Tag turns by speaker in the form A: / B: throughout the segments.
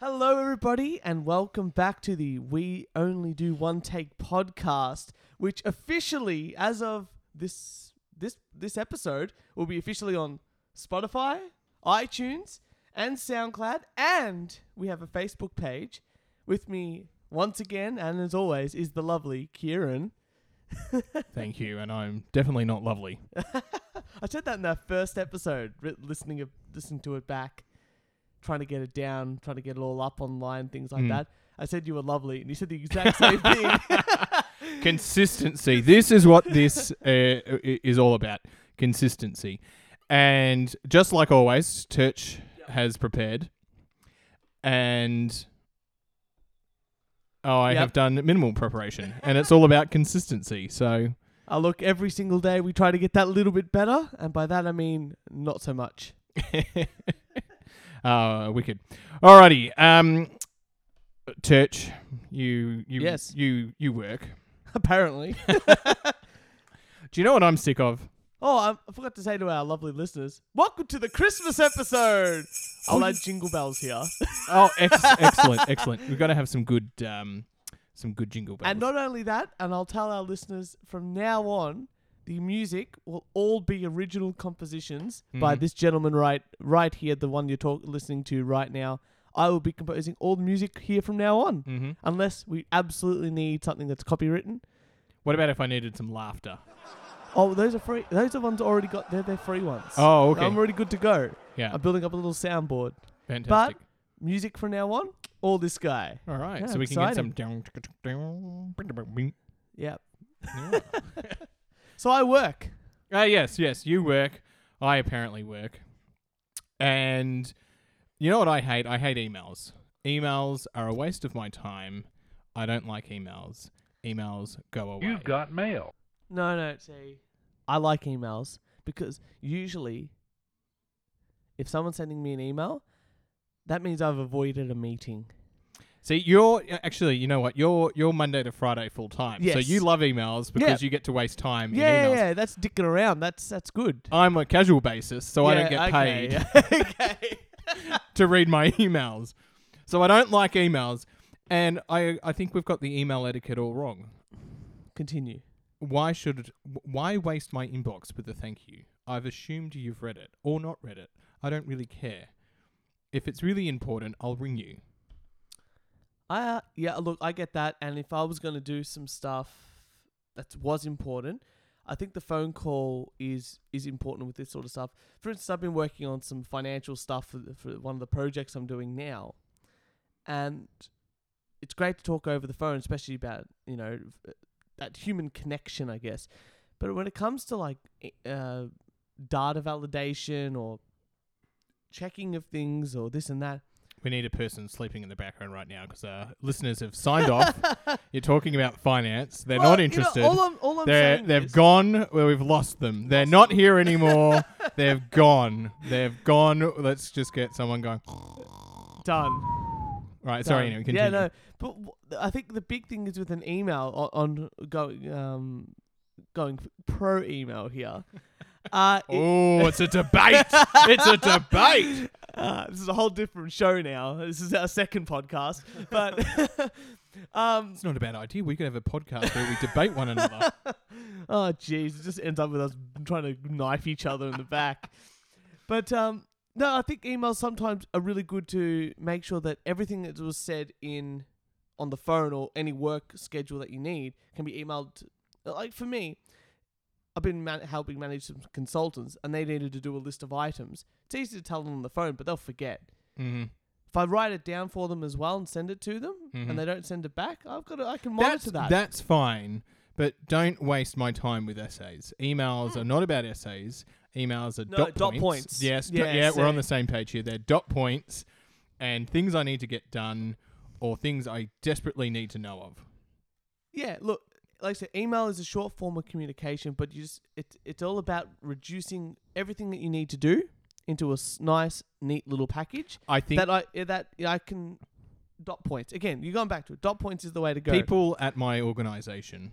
A: Hello, everybody, and welcome back to the We Only Do One Take podcast, which officially, as of this this this episode, will be officially on Spotify, iTunes, and SoundCloud, and we have a Facebook page. With me once again, and as always, is the lovely Kieran.
B: Thank you, and I'm definitely not lovely.
A: I said that in that first episode, re- listening listening to it back, trying to get it down, trying to get it all up online, things like
B: Mm.
A: that. I said you were lovely, and you said the exact same thing.
B: Consistency. This is what this uh, i- is all about. Consistency. And just like always, Church has prepared. And oh, I
A: Yep.
B: have done minimal preparation, and it's all about consistency. So
A: I look every single day. We try to get that little bit better, and by that I mean not so much.
B: uh, wicked. Alrighty. Um, Church, you you
A: Yes.
B: you you work.
A: Apparently.
B: Do you know what I'm sick of?
A: oh, I I forgot to say to our lovely listeners, welcome to the Christmas episode. I'll add jingle bells here,
B: Oh, ex- excellent, excellent. We've got to have some good, um, some good jingle bells.
A: and not only that, and I'll tell our listeners from now on. The music will all be original compositions by
B: Mhm.
A: this gentleman right right here, the one you're talk- listening to right now. I will be composing all the music here from now on,
B: hmm
A: unless we absolutely need something that's copywritten.
B: What about if I needed some laughter?
A: Oh, those are free. Those are ones already got. They're they're free ones.
B: Oh, okay.
A: I'm already good to go.
B: yeah,
A: I'm building up a little soundboard.
B: fantastic.
A: Music from now on, all this guy.
B: All right,
A: Yeah,
B: so we
A: exciting.
B: can get some.
A: Yep.
B: Yeah.
A: So I work.
B: Ah, yes, yes. You work. I apparently work. And you know what I hate? I hate emails. Emails are a waste of my time. I don't like emails. Emails go away.
C: You've got mail.
A: No, no. See, I like emails because usually, if someone's sending me an email, that means I've avoided a meeting.
B: See, you're uh, actually, you know what? You're you're Monday to Friday full time. So
A: Yes.
B: you love emails because you get to waste time
A: Yeah,
B: in
A: yeah,
B: emails.
A: yeah. That's dicking around. That's that's good.
B: I'm a casual basis, so I don't
A: Yeah,
B: get
A: okay,
B: paid
A: yeah. okay.
B: to read my emails. So I don't like emails, and I I think we've got the email etiquette all wrong.
A: Continue.
B: Why should why waste my inbox with a thank you? I've assumed you've read it or not read it. I don't really care. If it's really important, I'll ring you.
A: I uh, yeah, look, I get that. And if I was going to do some stuff that was important, I think the phone call is is important with this sort of stuff. For instance, I've been working on some financial stuff for, the- for one of the projects I'm doing now, and it's great to talk over the phone, especially about you know f- that human connection, I guess. But when it comes to like i- uh, data validation or checking of things or this and that,
B: We need a person sleeping in the background right now because uh, listeners have signed off. You're talking about finance. They're
A: Well,
B: not
A: you know,
B: interested.
A: all I'm, all I'm
B: They're,
A: saying
B: they've
A: is-
B: gone where we've lost them. They're not here anymore. they've gone. They've gone. Let's just get someone going.
A: done.
B: Right. Uh, Sorry.
A: done.
B: Anyway, continue.
A: Yeah, no. But w- I think the big thing is with an email on, on going um going f- pro email here. Uh, it-
B: Oh, it's a debate. it's a debate.
A: uh, this is a whole different show now. This is our second podcast, but um,
B: It's not a bad idea. We could have a podcast where we debate one another.
A: oh jeez, it just ends up with us trying to knife each other in the back. But um, no, I think emails sometimes are really good to make sure that everything that was said in on the phone or any work schedule that you need can be emailed. Like for me, I've been man- helping manage some consultants, and they needed to do a list of items. It's easy to tell them on the phone, but they'll forget.
B: Mhm.
A: If I write it down for them as well and send it to them,
B: Mhm.
A: and they don't send it back, I've got to, I can
B: That's
A: monitor that.
B: that's fine, but don't waste my time with essays. Emails are not about essays. Emails are
A: No,
B: dot,
A: dot points.
B: Yes. do-
A: Yeah,
B: yeah. We're on
A: so-
B: the same page here. They're dot points, and things I need to get done, or things I desperately need to know of.
A: Yeah, look, like I said, email is a short form of communication, but you just it, it's all about reducing everything that you need to do into a s- nice, neat little package
B: I think
A: that I yeah, that I can dot points. Again, you're going back to it. Dot points is the way to go.
B: people at my organization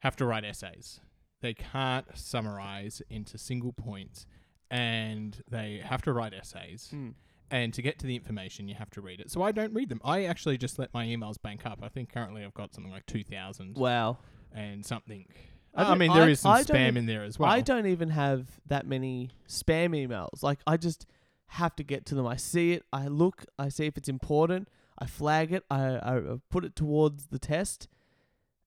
B: have to write essays. They can't summarize into single points and they have to write essays
A: Mm.
B: And to get to the information, you have to read it. So I don't read them. I actually just let my emails bank up. I think currently I've got something like 2,000
A: Wow.
B: and something.
A: I
B: I,
A: don't-
B: mean, there
A: I-
B: is some
A: I don't
B: spam
A: e-
B: in there as well.
A: I don't even have that many spam emails. Like I just have to get to them. I see it. I look. I see if it's important. I flag it. I, I I put it towards the test.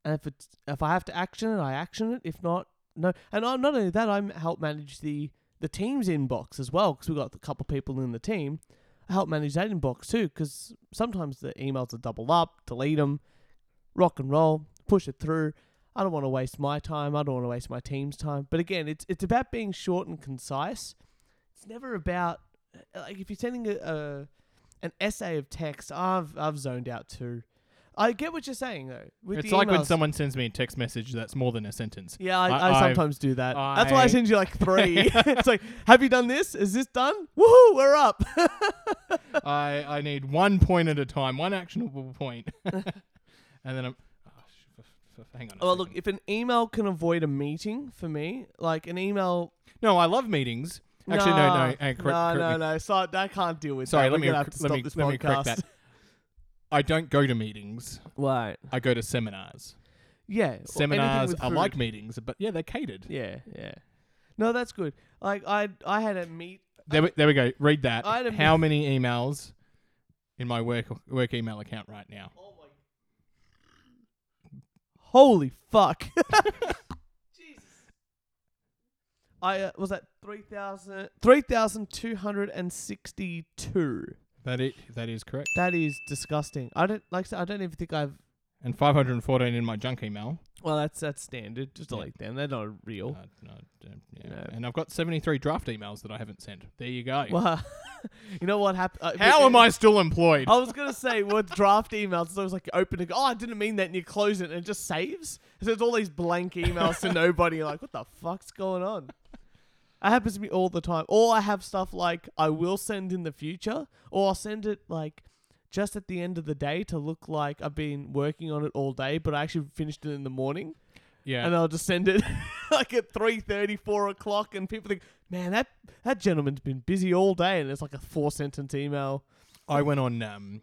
A: And if it's if I have to action it, I action it. If not, no. And I'm not only that, I'm help manage the the team's inbox as well because we got a couple people in the team. I help manage that inbox too because sometimes the emails are doubled up. Delete them. Rock and roll. Push it through. I don't want to waste my time. I don't want to waste my team's time. But again, it's it's about being short and concise. It's never about uh, like if you're sending a, a an essay of text. I've I've zoned out too. I get what you're saying though. With
B: it's
A: the
B: like when
A: emails.
B: someone sends me a text message that's more than a sentence.
A: Yeah, I,
B: I-
A: I,
B: I've-
A: sometimes do that. That's why
B: I-
A: I send you like three. it's like, have you done this? Is this done? Woohoo, we're up.
B: I, I need one point at a time, one actionable point. and then I'm. Oh, sh- f- f- hang on. a
A: well, look,
B: second.
A: if an email can avoid a meeting for me, like an email.
B: no, I love meetings. Actually, no, no.
A: Nah,
B: hey,
A: no,
B: correct- correct
A: no,
B: me.
A: no. So I can't deal with
B: Sorry,
A: that.
B: let
A: We're
B: me
A: gonna
B: rec-
A: have to
B: let
A: stop
B: me
A: this
B: let me correct
A: podcast.
B: that. I don't go to meetings.
A: Right.
B: I go to seminars.
A: Yeah. or anything
B: Seminars
A: with
B: are like
A: food.
B: meetings, but yeah, they're catered.
A: Yeah, yeah. No, that's good. Like I, I had a meet.
B: There, we, there we go. Read that.
A: I'd have-
B: How many emails in my work work email account right now?
A: Oh my! Holy fuck! Jesus. I uh, was that 3,000 3,262.
B: That it that is correct.
A: that is disgusting. I don't like. I said, I don't even think I've.
B: And 514 in my junk email.
A: Well, that's that's standard. Just
B: Yeah.
A: like them. They're not real.
B: Uh, no, don't- yeah.
A: No.
B: And I've got 73 draft emails that I haven't sent. There you go.
A: Well, you know what happened? Uh,
B: How
A: we-
B: am I still employed?
A: I was gonna say with draft emails, it's always like you open it. Oh, I didn't mean that, and you close it, and it just saves. So there's all these blank emails to nobody. You're like, what the fuck's going on? That happens to me all the time. Or I have stuff like I will send in the future, or I'll send it like just at the end of the day to look like I've been working on it all day, but I actually finished it in the morning,
B: yeah.
A: and uh, I'll just send it like at three thirty, four o'clock, and people think, man, that that gentleman's been busy all day, and it's like a four sentence email.
B: I went on um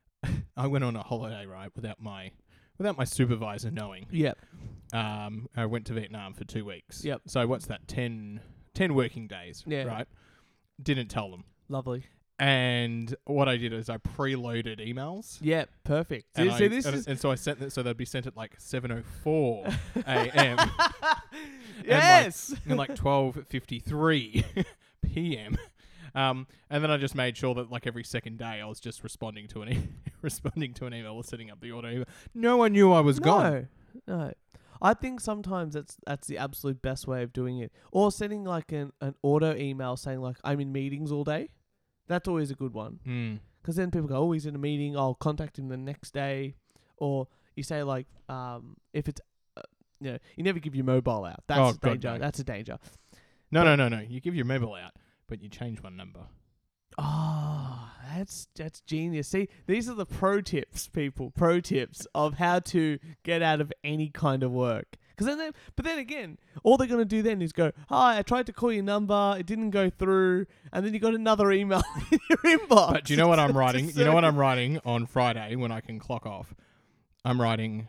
B: I went on a holiday right without my without my supervisor knowing.
A: Yep.
B: Um I went to Vietnam for 2 weeks.
A: Yep.
B: So what's that 10 10 working days,
A: Yeah.
B: right? Didn't tell them.
A: Lovely.
B: And what I did is I preloaded emails.
A: Yeah, perfect.
B: And,
A: See, see,
B: I-
A: this
B: and,
A: is
B: and so I sent them, so they'd be sent at like 7:04 a.m.
A: yes.
B: and like 12:53 p.m. Um, and then I just made sure that like every second day I was just responding to an e- responding to an email or setting up the auto email. No one knew I was gone.
A: No, no. I think sometimes that's that's the absolute best way of doing it, or sending like an, an auto email saying like I'm in meetings all day. That's always a good one.
B: Mm.
A: Because then people go, oh, he's in a meeting. I'll contact him the next day. Or you say like, um, if it's, uh, you know, you never give your mobile out. That's
B: Oh,
A: a
B: God,
A: danger.
B: no.
A: That's a danger.
B: No, no, no, no. You give your mobile out, but you change one number.
A: Oh, that's that's genius. See, these are the pro tips, people. Pro tips of how to get out of any kind of work. Cause then, they, but then again, all they're gonna do then is go, "Hi, I tried to call your number, it didn't go through," and then you got another email in your inbox.
B: But do you know what I'm
A: It's a
B: writing? You know what
A: circle.
B: I'm writing on Friday when I can clock off. I'm writing.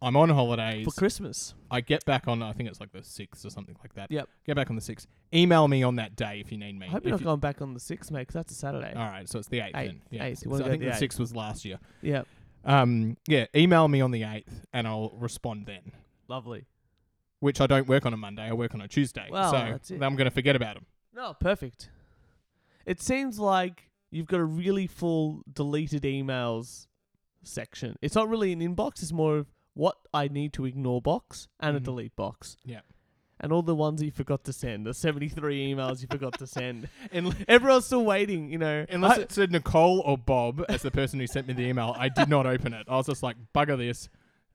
B: I'm on holidays.
A: for Christmas?
B: I get back on. I think it's like the sixth or something like that.
A: Yep.
B: Get back on the sixth. Email me on that day if you need me.
A: I hope
B: If
A: you're not
B: you-
A: going back on the sixth, mate. 'cause that's a Saturday.
B: All right, so it's the eighth.
A: Eighth.
B: then. Yeah.
A: Eighth, you
B: So
A: wanna
B: I
A: go
B: think
A: the
B: the
A: eighth.
B: sixth was last year.
A: yeah,
B: Um, yeah, email me on the eighth, and I'll respond then.
A: lovely.
B: Which I don't work on a Monday; I work on a Tuesday.
A: Well,
B: so
A: that's it.
B: I'm going to forget about them.
A: No, perfect. It seems like you've got a really full deleted emails section. It's not really an inbox, it's more of what I need to ignore box and a
B: Mhm.
A: delete box.
B: Yeah.
A: And all the ones that you forgot to send, the 73 emails you forgot to send.
B: Unle-
A: Everyone's still waiting, you know.
B: Unless
A: I-
B: it's a Nicole or Bob as the person who sent me the email, I did not open it. I was just like, "Bugger this,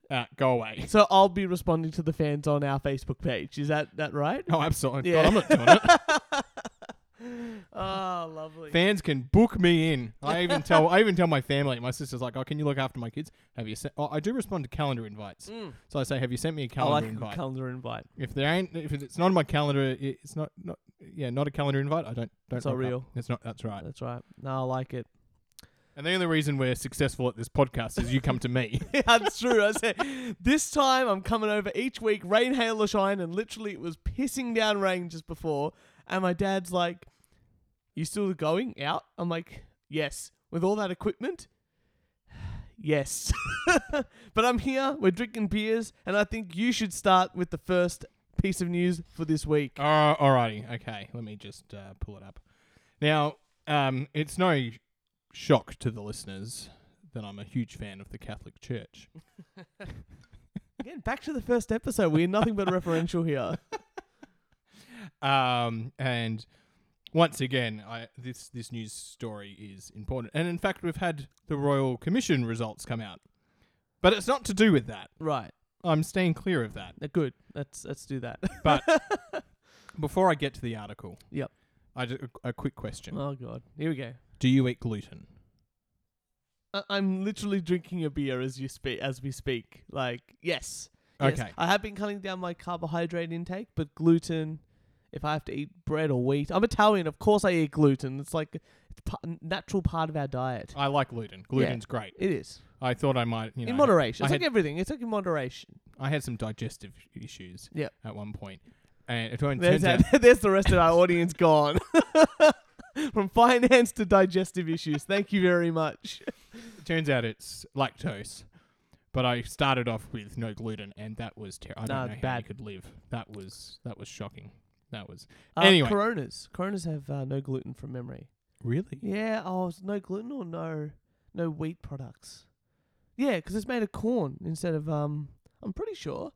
B: uh, go away."
A: so I'll be responding to the fans on our Facebook page. Is that, that right?
B: Oh, absolutely.
A: Yeah.
B: God, I'm not doing it.
A: oh, lovely.
B: Fans can book me in. I even tell I even tell my family. My sister's like, "Oh, can you look after my kids? Have you sent?" Oh, I do respond to calendar invites,
A: Mm.
B: so I say, "Have you sent me a
A: I
B: calendar
A: like a
B: invite?"
A: calendar invite.
B: if there ain't, if it's not on my calendar, i- it's not not yeah, not a calendar invite. I don't don't.
A: It's not
B: rock up.
A: real.
B: It's not. That's right.
A: That's right. No, I like it.
B: And the only reason we're successful at this podcast is you come to me.
A: yeah, that's true. I said, this time I'm coming over each week, rain, hail, or shine. And literally, it was pissing down rain just before. And my dad's like, You still going out? I'm like, Yes. With all that equipment? Yes. but I'm here, we're drinking beers. And I think you should start with the first piece of news for this week.
B: Uh, alrighty, okay. Let me just uh, pull it up. Now, um, it's no shock to the listeners that I'm a huge fan of the Catholic Church.
A: Again, back to the first episode. We're nothing but referential here.
B: Um, and once again, I, this this news story is important. And in fact, we've had the Royal Commission results come out, but it's not to do with that.
A: Right.
B: I'm staying clear of that.
A: Uh, Good. Let's let's do that.
B: But before I get to the article,
A: Yep.
B: I ju- a quick question:
A: oh god. Here we go.
B: Do you eat gluten?
A: I- I'm literally drinking a beer as you speak. As we speak, like yes, yes.
B: Okay.
A: I have been cutting down my carbohydrate intake, but gluten. If I have to eat bread or wheat, I'm Italian. Of course, I eat gluten. It's like it's pa- natural part of our diet.
B: I like gluten. Gluten's great.
A: It is
B: I thought I might, you know,
A: in moderation.
B: I
A: It's
B: had-
A: like everything. It's like in moderation.
B: I had some digestive issues.
A: Yep.
B: At one point, and it turns
A: There's
B: turns out,
A: that, there's the rest of our audience gone. From finance to digestive issues. Thank you very much.
B: turns out it's lactose. But I started off with no gluten, and that was terrible. I don't
A: Nah,
B: know how you
A: bad.
B: could live. That was that was shocking. That was
A: Uh,
B: Anyway.
A: Coronas. Coronas have uh, no gluten from memory.
B: really.
A: Yeah, oh, it's no gluten or no no wheat products. Yeah, 'cause it's made of corn instead of um. I'm pretty sure.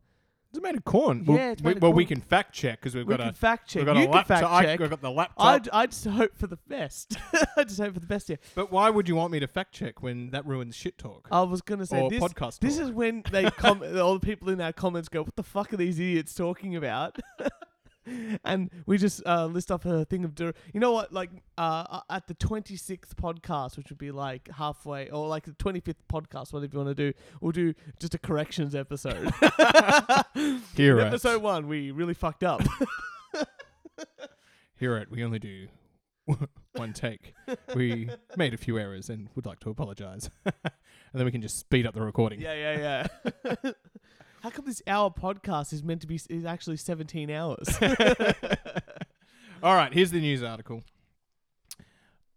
B: It's made of corn. Well,
A: Yeah, it's
B: we,
A: made of
B: well we
A: corn.
B: can fact check because we've
A: We
B: got
A: can
B: a
A: fact check.
B: we've got
A: you
B: a
A: can
B: laptop.
A: fact
B: I,
A: check.
B: we've got the laptop.
A: I I just hope for the best. I just hope for the best here.
B: but why would you want me to fact check when that ruins shit talk
A: I was gonna say
B: or
A: this.
B: podcast?
A: This
B: talk?
A: is when they com- all the people in our comments go, "What the fuck are these idiots talking about?" and we just uh, list off a thing of, dir- you know what, like uh, uh, at the twenty sixth podcast, which would be like halfway, or like the twenty fifth podcast, whatever you want to do, we'll do just a corrections episode.
B: here
A: In
B: at
A: episode one, we really fucked up.
B: here at we only do one take. we made a few errors and would like to apologize. and then we can just speed up the recording.
A: yeah, yeah, yeah. How come this hour podcast is meant to be is actually seventeen hours?
B: All right, here's the news article.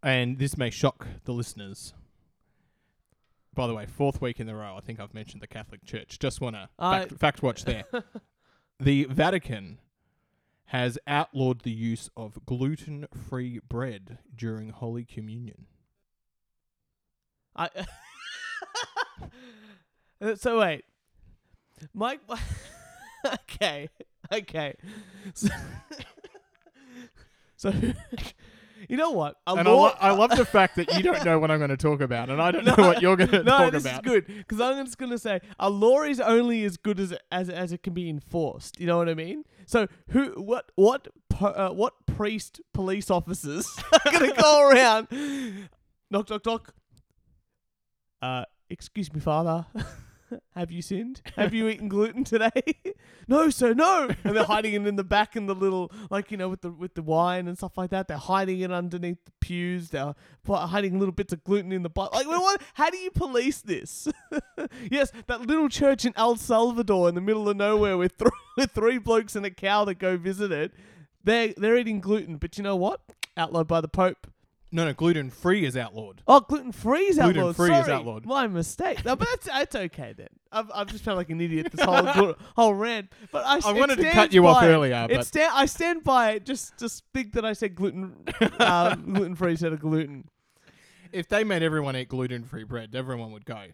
B: And this may shock the listeners. By the way, fourth week in a row, I think I've mentioned the Catholic Church. Just want to
A: I-
B: fact, fact watch there. the Vatican has outlawed the use of gluten free bread during Holy Communion.
A: I. Uh, so wait, Mike. okay, okay. So, so you know what? A
B: and
A: law-
B: I, lo- I love the fact that you don't know what I'm going to talk about, and I don't know what you're going to
A: no,
B: talk
A: this
B: about.
A: is good because I'm just gonna say a law is only as good as as as it can be enforced. You know what I mean? So who, what, what, po- uh, what priest, police officers are gonna go around? Knock, knock, knock. Uh, excuse me, father. Have you sinned? Have you eaten gluten today? no, sir, no. And they're hiding it in the back in the little, like you know, with the with the wine and stuff like that. They're hiding it underneath the pews. They're pu- hiding little bits of gluten in the butt. Like, what? How do you police this? yes, that little church in El Salvador in the middle of nowhere with three, with three blokes and a cow that go visit it. They they're eating gluten, but you know what? Outlawed by the Pope.
B: No, no, gluten free is outlawed.
A: Oh, gluten free is outlawed.
B: Gluten-free is
A: Sorry,
B: outlawed.
A: My mistake. No, but that's, that's okay then. I've, I've just felt like an idiot this whole gl- whole rant. But I, s-
B: I
A: it
B: wanted to cut
A: stands
B: you off
A: by it.
B: earlier,
A: It
B: Uh, but-
A: sta- I stand by it. Just just think that I said gluten uh, gluten free instead of gluten.
B: If they made everyone eat gluten free bread, everyone would go.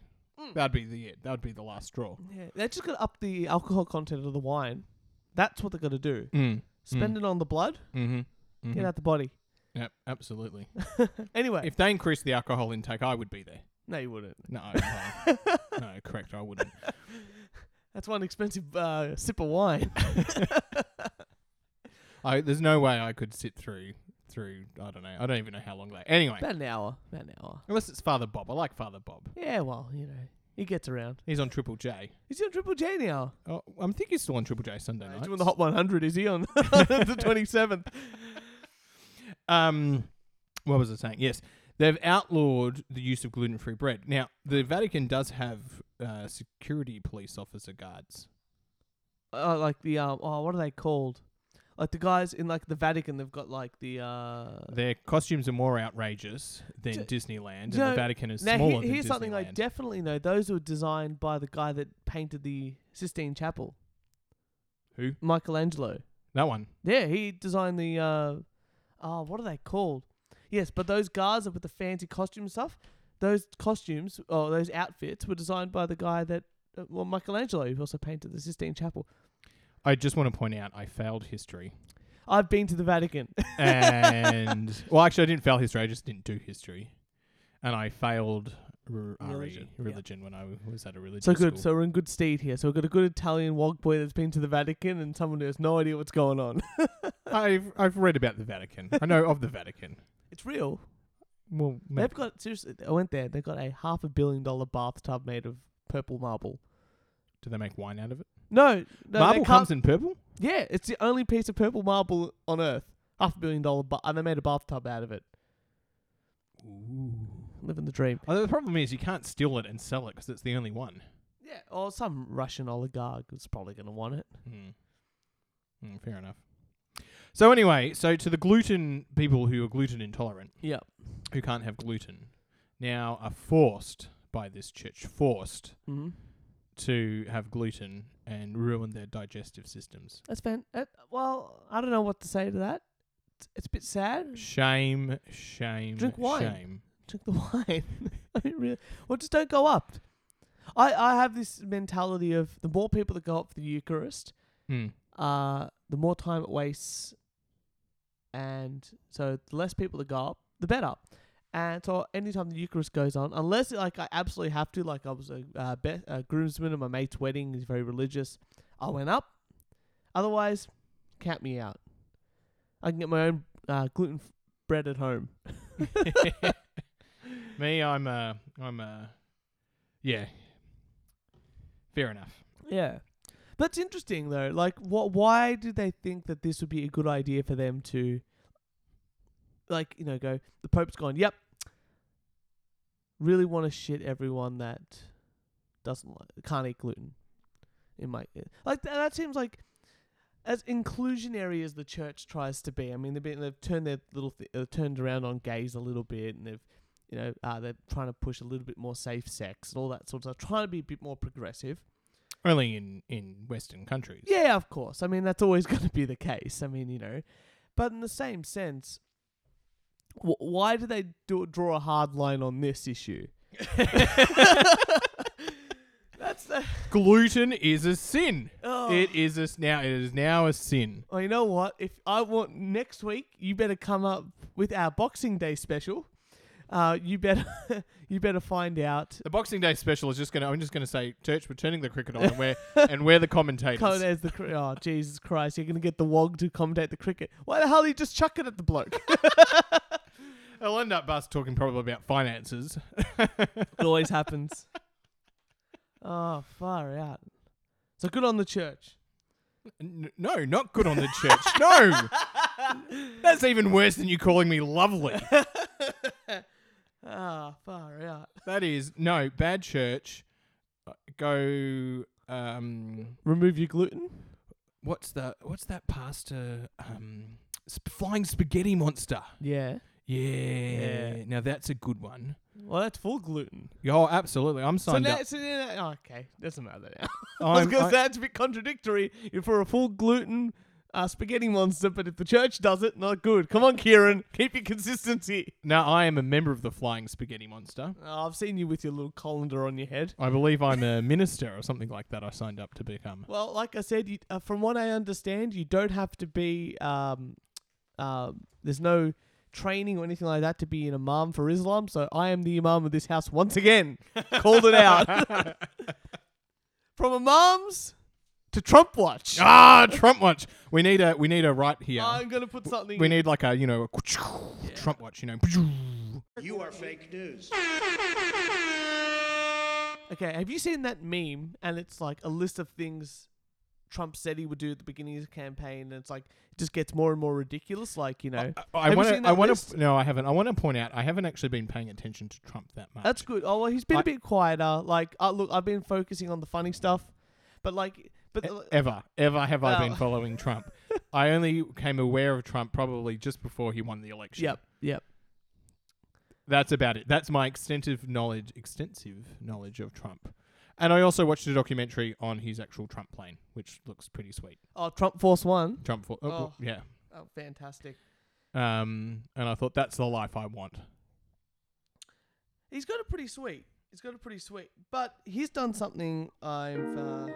B: That'd be the it. That'd be the last straw.
A: Yeah, they're just gonna up the alcohol content of the wine. That's what they're gonna do.
B: Mm.
A: Spend it on the blood,
B: Mm-hmm.
A: get out the body.
B: Yep, absolutely.
A: Anyway,
B: if they increased the alcohol intake, I would be there.
A: no, you wouldn't.
B: No, no, no correct. I wouldn't.
A: That's one expensive uh, sip of wine.
B: I, there's no way I could sit through through. I don't know. I don't even know how long that. Anyway,
A: About an hour. About an hour.
B: unless it's Father Bob. I like Father Bob.
A: Yeah, well, you know, he gets around.
B: He's on Triple J.
A: Is he on Triple J now?
B: Oh, I think he's still on Triple J Sunday
A: Uh, He's
B: night.
A: doing the Hot 100, is he on the 27th?
B: um, what was I saying? Yes, they've outlawed the use of gluten-free bread. Now, the Vatican does have uh, security police officer guards.
A: Uh, like the, um, oh, what are they called? Like the guys in like the Vatican, they've got like the, uh,
B: Their costumes are more outrageous than
A: D-
B: Disneyland, and
A: no,
B: the Vatican is
A: Now, he-
B: smaller than
A: here's something I
B: Disneyland.
A: definitely know. Those were designed by the guy that painted the Sistine Chapel.
B: Who?
A: Michelangelo.
B: that one.
A: Yeah, he designed the. Uh, oh, what are they called? Yes, but those guys with the fancy costume stuff, those costumes or those outfits were designed by the guy that, uh, well, Michelangelo, who also painted the Sistine Chapel.
B: I just want to point out I failed history,
A: I've been to the Vatican.
B: and well, actually, I didn't fail history. I just didn't do history, and I failed r- RE, religion,
A: Religion, yeah.
B: when I was at a religion
A: so good.
B: school.
A: So we're in good stead here. So we've got a good Italian wog boy that's been to the Vatican and someone who has no idea what's going on.
B: I've I've read about the Vatican. I know of the Vatican.
A: It's real.
B: Well, ma-
A: They've got seriously. I went there. They've got a half a billion dollar bathtub made of purple marble.
B: do they make wine out of it?
A: No, no
B: Marble
A: they can't,
B: comes in purple.
A: Yeah, it's the only piece of purple marble on Earth. Half a billion dollar, ba- and they made a bathtub out of it.
B: Ooh.
A: Living the dream.
B: Although the problem is you can't steal it and sell it because it's the only one.
A: Yeah, or some Russian oligarch is probably going to want it.
B: Hmm. Hmm, fair enough. So anyway, so to the gluten people who are gluten intolerant,
A: Yep.
B: who can't have gluten, now are forced by this church, forced
A: Mm-hmm.
B: to have gluten and ruin their digestive systems.
A: That's fan. Uh, well, I don't know what to say to that. It's, it's a bit sad.
B: Shame, shame,
A: Hmm. Drink wine.
B: shame.
A: drink the wine. I mean, really, well, just don't go up. I, I have this mentality of the more people that go up for the Eucharist,
B: Hmm.
A: uh, the more time it wastes, and so the less people that go up, the better. And so anytime the Eucharist goes on, unless like I absolutely have to, like I was a, uh, be- a groomsman at my mate's wedding, he's very religious, I went up. Otherwise, count me out. I can get my own uh, gluten f- bread at home.
B: Me, I'm a, I'm a, yeah. Fair enough.
A: Yeah. That's interesting though. Like what why do they think that this would be a good idea for them to like, you know, go the Pope's gone, yep. Really want to shit everyone that doesn't like, can't eat gluten. In my like that, that seems like as inclusionary as the church tries to be. I mean, they've been, they've turned their little th- uh, turned around on gays a little bit, and they've you know uh, they're trying to push a little bit more safe sex and all that sort of stuff. Trying to be a bit more progressive.
B: Only in in Western countries.
A: Yeah, of course. I mean, that's always going to be the case. I mean, you know, but in the same sense, wh- why do they do draw a hard line on this issue? that's the.
B: Gluten is a sin.
A: Oh.
B: It is a s- now. It is now a sin.
A: well, you know what? If I want next week, you better come up with our Boxing Day special. Uh, you better, you better find out.
B: The Boxing Day special is just gonna. I'm just gonna say, church, we're turning the cricket on, and we're and we're the commentators.
A: Oh, there's the cri- oh Jesus Christ! You're gonna get the wog to commentate the cricket. Why the hell do you just chuck it at the bloke?
B: I'll end up us talking probably about finances.
A: It always happens. Oh, far out. So good on the church.
B: N- no, not good on the church. No, that's even worse than you calling me lovely.
A: Ah, far out.
B: That is no bad church. Uh, Go. Um,
A: Remove your gluten?
B: what's the what's that pasta? Um, sp- flying spaghetti monster.
A: Yeah.
B: Yeah.
A: Yeah.
B: Now that's a good one.
A: Well, that's full gluten.
B: Oh, absolutely. I'm
A: So
B: signed
A: now,
B: up.
A: so now, oh, okay, doesn't matter now. I was
B: I'm,
A: going to
B: I,
A: say that's a bit contradictory. If we're a full gluten uh, spaghetti monster, but if the church does it, not good. Come on, Kieran, keep your consistency.
B: now I am a member of the Flying Spaghetti Monster.
A: Oh, I've seen you with your little colander on your head.
B: I believe I'm a minister or something like that. I signed up to become.
A: Well, like I said, you, uh, from what I understand, you don't have to be. Um, uh, there's no training or anything like that to be an imam for Islam. So I am the imam of this house once again. Called it out. from imams to Trump Watch.
B: Ah, Trump watch. We need a we need a right here.
A: I'm gonna put something.
B: we
A: in.
B: need like a you know a Trump watch. You know.
C: You are fake news.
A: Okay, have you seen that meme? And it's like a list of things Trump said he would do at the beginning of his campaign, and it's like it just gets more and more ridiculous. Like you know,
B: I
A: Have you
B: want
A: seen
B: to.
A: that
B: I want
A: list?
B: to. No, I haven't. I want to point out. I haven't actually been paying attention to Trump that much.
A: that's good. Oh well, he's been a
B: I-
A: bit quieter. Like, uh, look, I've been focusing on the funny stuff, but like, but
B: E- ever, ever have I been
A: Well.
B: following Trump. I only came aware of Trump probably just before he won the election.
A: yep, yep.
B: That's about it. That's my extensive knowledge, extensive knowledge of Trump. And I also watched a documentary on his actual Trump plane, which looks pretty sweet.
A: Oh, Trump Force One.
B: Trump for oh,
A: Oh.
B: yeah.
A: Oh, fantastic.
B: Um, and I thought that's the life I want.
A: He's got it pretty sweet. He's got it pretty sweet. But he's done something I've. Uh...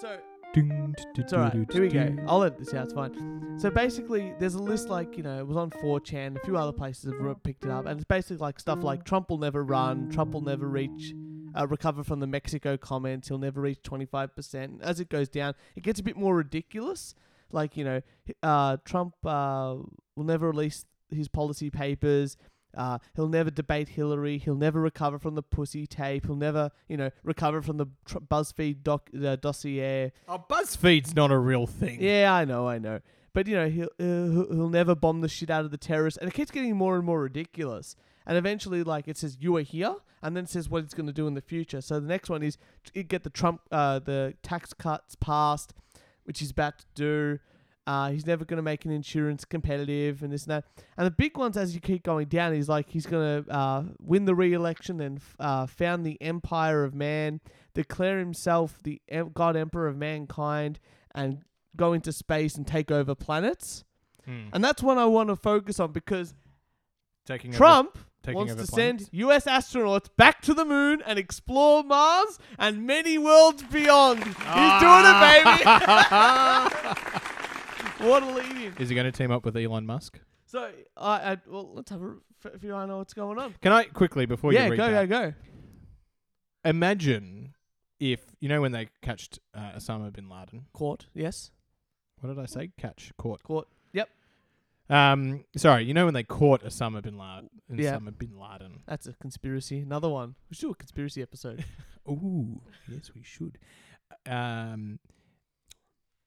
A: So it's all right. Here we go. I'll let this out. It's fine. So basically, there's a list like you know it was on 4chan. A few other places have re- picked it up, and it's basically like stuff like Trump will never run, Trump will never reach, uh, recover from the Mexico comments, he'll never reach 25%. As it goes down, it gets a bit more ridiculous. Like you know, h- uh, Trump uh, will never release his policy papers. Uh, he'll never debate Hillary. He'll never recover from the pussy tape. He'll never, you know, recover from the tr- BuzzFeed doc- uh, dossier.
B: Oh, BuzzFeed's not a real thing.
A: Yeah, I know, I know. But you know, he'll uh, he'll- he'll never bomb the shit out of the terrorists, and it keeps getting more and more ridiculous. And eventually, like it says, "You are here," and then it says what it's going to do in the future. So the next one is t- it get the Trump uh, the tax cuts passed, which he's about to do. Uh, he's never going to make an insurance competitive and this and that. And the big ones, as you keep going down, is like he's going to uh, win the re-election and f- uh, found the empire of man, declare himself the em- god emperor of mankind, and go into space and take over planets.
B: Hmm.
A: And that's one I want to focus on because
B: Taking over-
A: Trump
B: taking
A: wants
B: over
A: to
B: planets.
A: send US astronauts back to the moon and explore Mars and many worlds beyond.
B: Ah.
A: He's doing it, baby. what a lead in.
B: Is he going to team up with Elon Musk?
A: So, I, I, well, let's have a, if you want to know what's going on.
B: Can I quickly before
A: yeah,
B: you
A: go,
B: read that,
A: go, go.
B: imagine if you know when they catched uh, Osama bin Laden.
A: Court, yes.
B: What did I say? Catch caught.
A: Caught. Yep.
B: Um, sorry, you know when they caught Osama bin Laden.
A: Yeah.
B: Osama bin Laden.
A: That's a conspiracy. Another one. We should do a conspiracy episode.
B: Ooh, yes, we should. Um,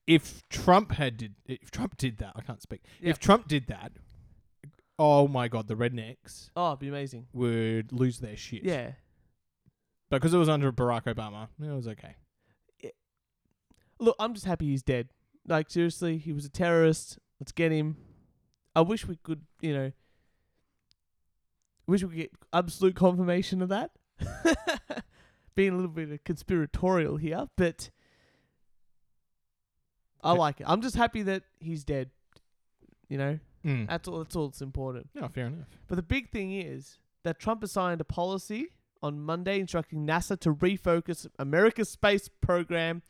B: if Trump had did if Trump did that, I can't speak.
A: Yeah.
B: If Trump did that, oh my god, the rednecks
A: oh, it'd be amazing.
B: would lose their shit.
A: Yeah.
B: but because it was under Barack Obama, it was okay.
A: Look, I'm just happy he's dead. Like seriously, he was a terrorist. Let's get him. I wish we could, you know, wish we could get absolute confirmation of that. Being a little bit conspiratorial here, but I
B: Okay.
A: like it. I'm just happy that he's dead. You know,
B: Mm.
A: that's all. That's all that's important.
B: no, fair enough.
A: But the big thing is that Trump has signed a policy on Monday instructing NASA to refocus America's space program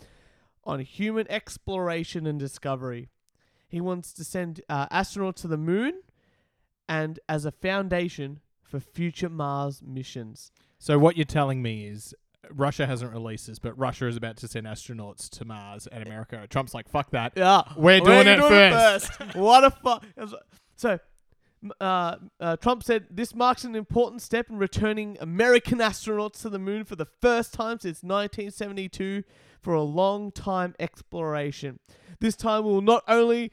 A: on human exploration and discovery. He wants to send uh, astronauts to the moon and as a foundation for future Mars missions.
B: So what you're telling me is uh, Russia hasn't released this, but Russia is about to send astronauts to Mars, and America, Trump's like, fuck that.
A: Yeah,
B: Eh. We're doing it first.
A: what a fuck! So, m- uh, uh, Trump said this marks an important step in returning American astronauts to the moon for the first time since 1972 for a long time exploration. This time, we will not only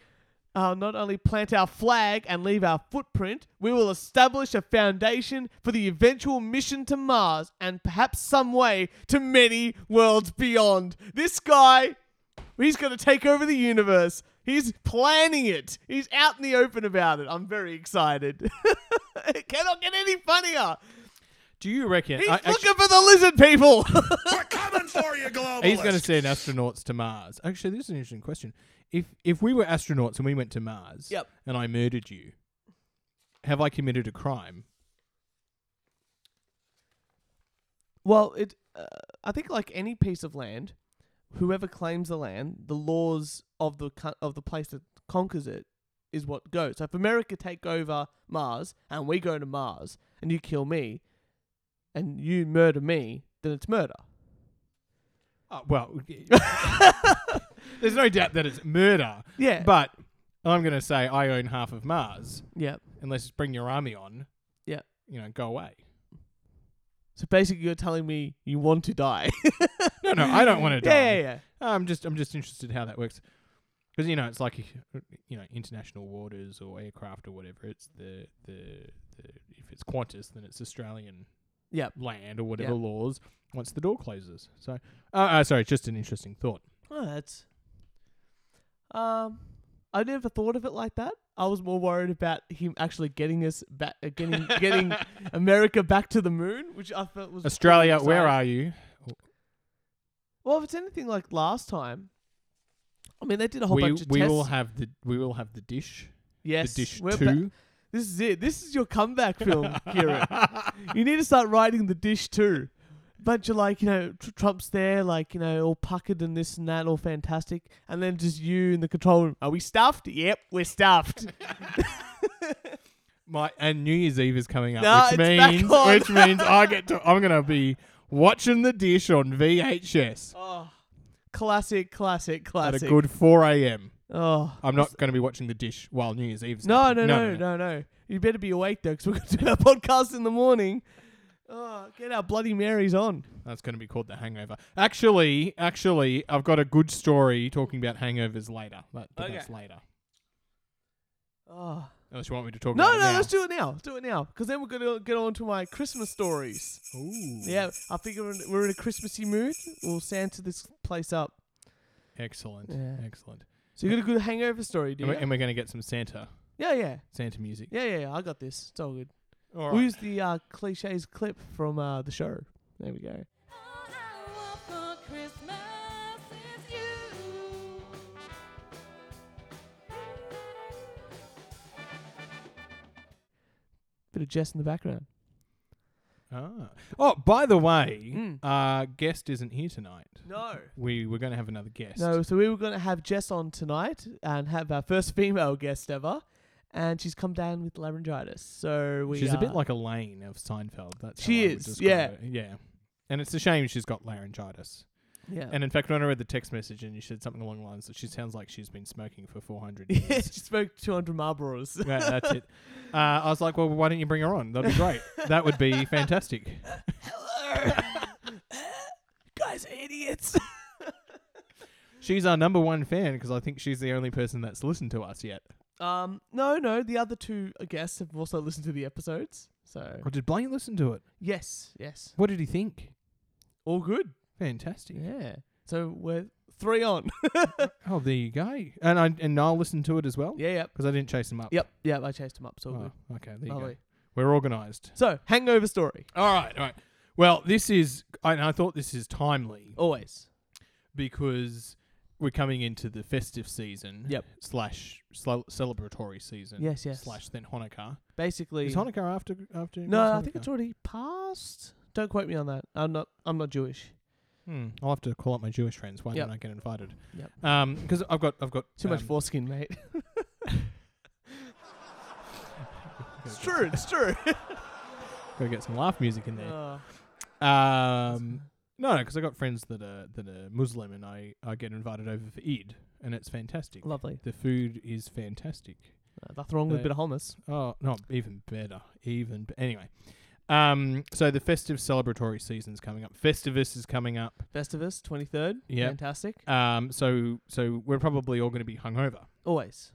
A: uh, not only plant our flag and leave our footprint, we will establish a foundation for the eventual mission to Mars and perhaps some way to many worlds beyond. This guy He's going to take over the universe. He's planning it. He's out in the open about it. I'm very excited. it cannot get any funnier.
B: Do you reckon
A: He's
B: I-
A: looking
B: actu-
A: for the lizard people.
C: We're coming for you, globalists.
B: he's going to send astronauts to Mars? Actually, this is an interesting question. If if we were astronauts and we went to Mars,
A: Yep.
B: and I murdered you, have I committed a crime?
A: well, it. Uh, I think like any piece of land, whoever claims the land, the laws of the co- of the place that conquers it is what goes. So if America take over Mars and we go to Mars and you kill me, and you murder me, then it's murder.
B: Uh, well, there's no doubt that it's murder.
A: Yeah.
B: But I'm going to say I own half of Mars.
A: yeah.
B: Unless you bring your army on.
A: Yeah.
B: You know, go away.
A: So basically, you're telling me you want to die.
B: No, no, I don't want to die.
A: Yeah, yeah, yeah.
B: I'm just, I'm just interested how that works. Because you know, it's like you know, international waters or aircraft or whatever. It's the the, the if it's Qantas, then it's Australian
A: Yep.
B: land or whatever
A: Yep.
B: laws. Once the door closes, so uh, uh, sorry, just an interesting thought.
A: Oh, that's. Um, I never thought of it like that. I was more worried about him actually getting us back, uh, getting getting America back to the moon, which I felt was
B: Australia, where
A: exciting.
B: are you?
A: Well, if it's anything like last time, I mean they did a whole
B: We,
A: bunch of
B: we
A: tests.
B: will have the we will have the dish.
A: yes,
B: the dish
A: we're ba-
B: two.
A: this is it. This is your comeback film, Kieran. You need to start writing the dish too. But you're like, you know, tr- Trump's there, like, you know, all puckered and this and that, all fantastic. And then just you in the control room. Are we stuffed? Yep, we're stuffed.
B: My and New Year's Eve is coming up,
A: No,
B: which
A: it's back
B: means
A: on.
B: which means I get to I'm gonna be watching the dish on VHS
A: oh, classic, classic,
B: at a
A: classic.
B: good 4 a.m.
A: oh.
B: I'm not gonna be watching the dish while New Year's Eve. is
A: No, no,
B: happening.
A: no, no, no. You better be awake, though, because we're going to do our podcast in the morning. Oh, get our Bloody Marys on.
B: That's gonna be called the Hangover. Actually, actually, I've got a good story talking about hangovers later. But, but
A: Okay.
B: that's later.
A: Oh.
B: Unless you want me to talk
A: No,
B: about
A: no,
B: it now.
A: let's do it now. Let's do it now. Because then we're going to get on to my Christmas stories.
B: Ooh,
A: Yeah, I figure we're in- we're in a Christmassy mood. We'll Santa this place up.
B: Excellent.
A: Yeah.
B: Excellent.
A: So you got a good hangover story, do
B: And,
A: you?
B: we're, and we're gonna get some Santa
A: yeah, yeah,
B: Santa music.
A: yeah, yeah, yeah. I got this. It's all good.
B: All
A: We'll
B: right.
A: use the uh, cliches clip from uh, the show. There we go.
D: All I want for Christmas is you.
A: Bit of Jess in the background.
B: Ah. Oh, by the way,
A: Mm.
B: our guest isn't here tonight.
A: No.
B: We were going to have another guest.
A: No, so we were going to have Jess on tonight and have our first female guest ever, and she's come down with laryngitis. So we
B: she's a bit
A: uh,
B: like Elaine of Seinfeld. That's how
A: She
B: I would
A: is,
B: describe
A: yeah.
B: her. yeah. And it's a shame she's got laryngitis.
A: yeah,
B: And in fact, when I read the text message and you said something along the lines that she sounds like she's been smoking for 400
A: yeah,
B: years.
A: she spoke two hundred Marlboros.
B: yeah, that's it. Uh, I was like, well, why don't you bring her on? That'd be great. that would be fantastic.
A: Guys, are idiots.
B: She's our number one fan because I think she's the only person that's listened to us yet.
A: Um, no, no. The other two guests have also listened to the episodes. So
B: Or did Blaine listen to it?
A: yes, yes,
B: What did he think?
A: all good.
B: Fantastic.
A: Yeah. So we're three on.
B: Oh, there you go. And I and Niall listened to it as well
A: yeah, yep,
B: because I didn't chase him up.
A: yep, yep. I chased them up. It's all
B: Oh,
A: good.
B: okay, there you
A: Lovely.
B: go. We're organised.
A: So hangover story
B: All right, all right. Well, this is I, and I thought this is timely
A: always.
B: because we're coming into the festive season.
A: Yep.
B: Slash sl- celebratory season.
A: Yes, yes.
B: Slash then Hanukkah.
A: Basically,
B: Is Hanukkah after after?
A: no.
B: what's
A: I think
B: Hanukkah?
A: it's already passed. Don't quote me on that. I'm not. I'm not Jewish.
B: Hmm. I'll have to call up my Jewish friends. Why
A: Yep.
B: don't I get invited?
A: Yep.
B: Um, because I've got I've got
A: Too much
B: um,
A: foreskin, mate. it's true. It's true.
B: Gotta get some laugh music in there.
A: Oh,
B: Um, no, no, because I got friends that are that are Muslim, and I I get invited over for Eid, and it's fantastic.
A: lovely.
B: The food is fantastic.
A: Uh, nothing wrong with a bit of hummus.
B: Oh, no, even better. Even be- anyway. Um, so the festive celebratory season's coming up. Festivus is coming up.
A: Festivus, twenty third.
B: Yep.
A: Fantastic.
B: Um, so so we're probably all going to be hungover.
A: Always.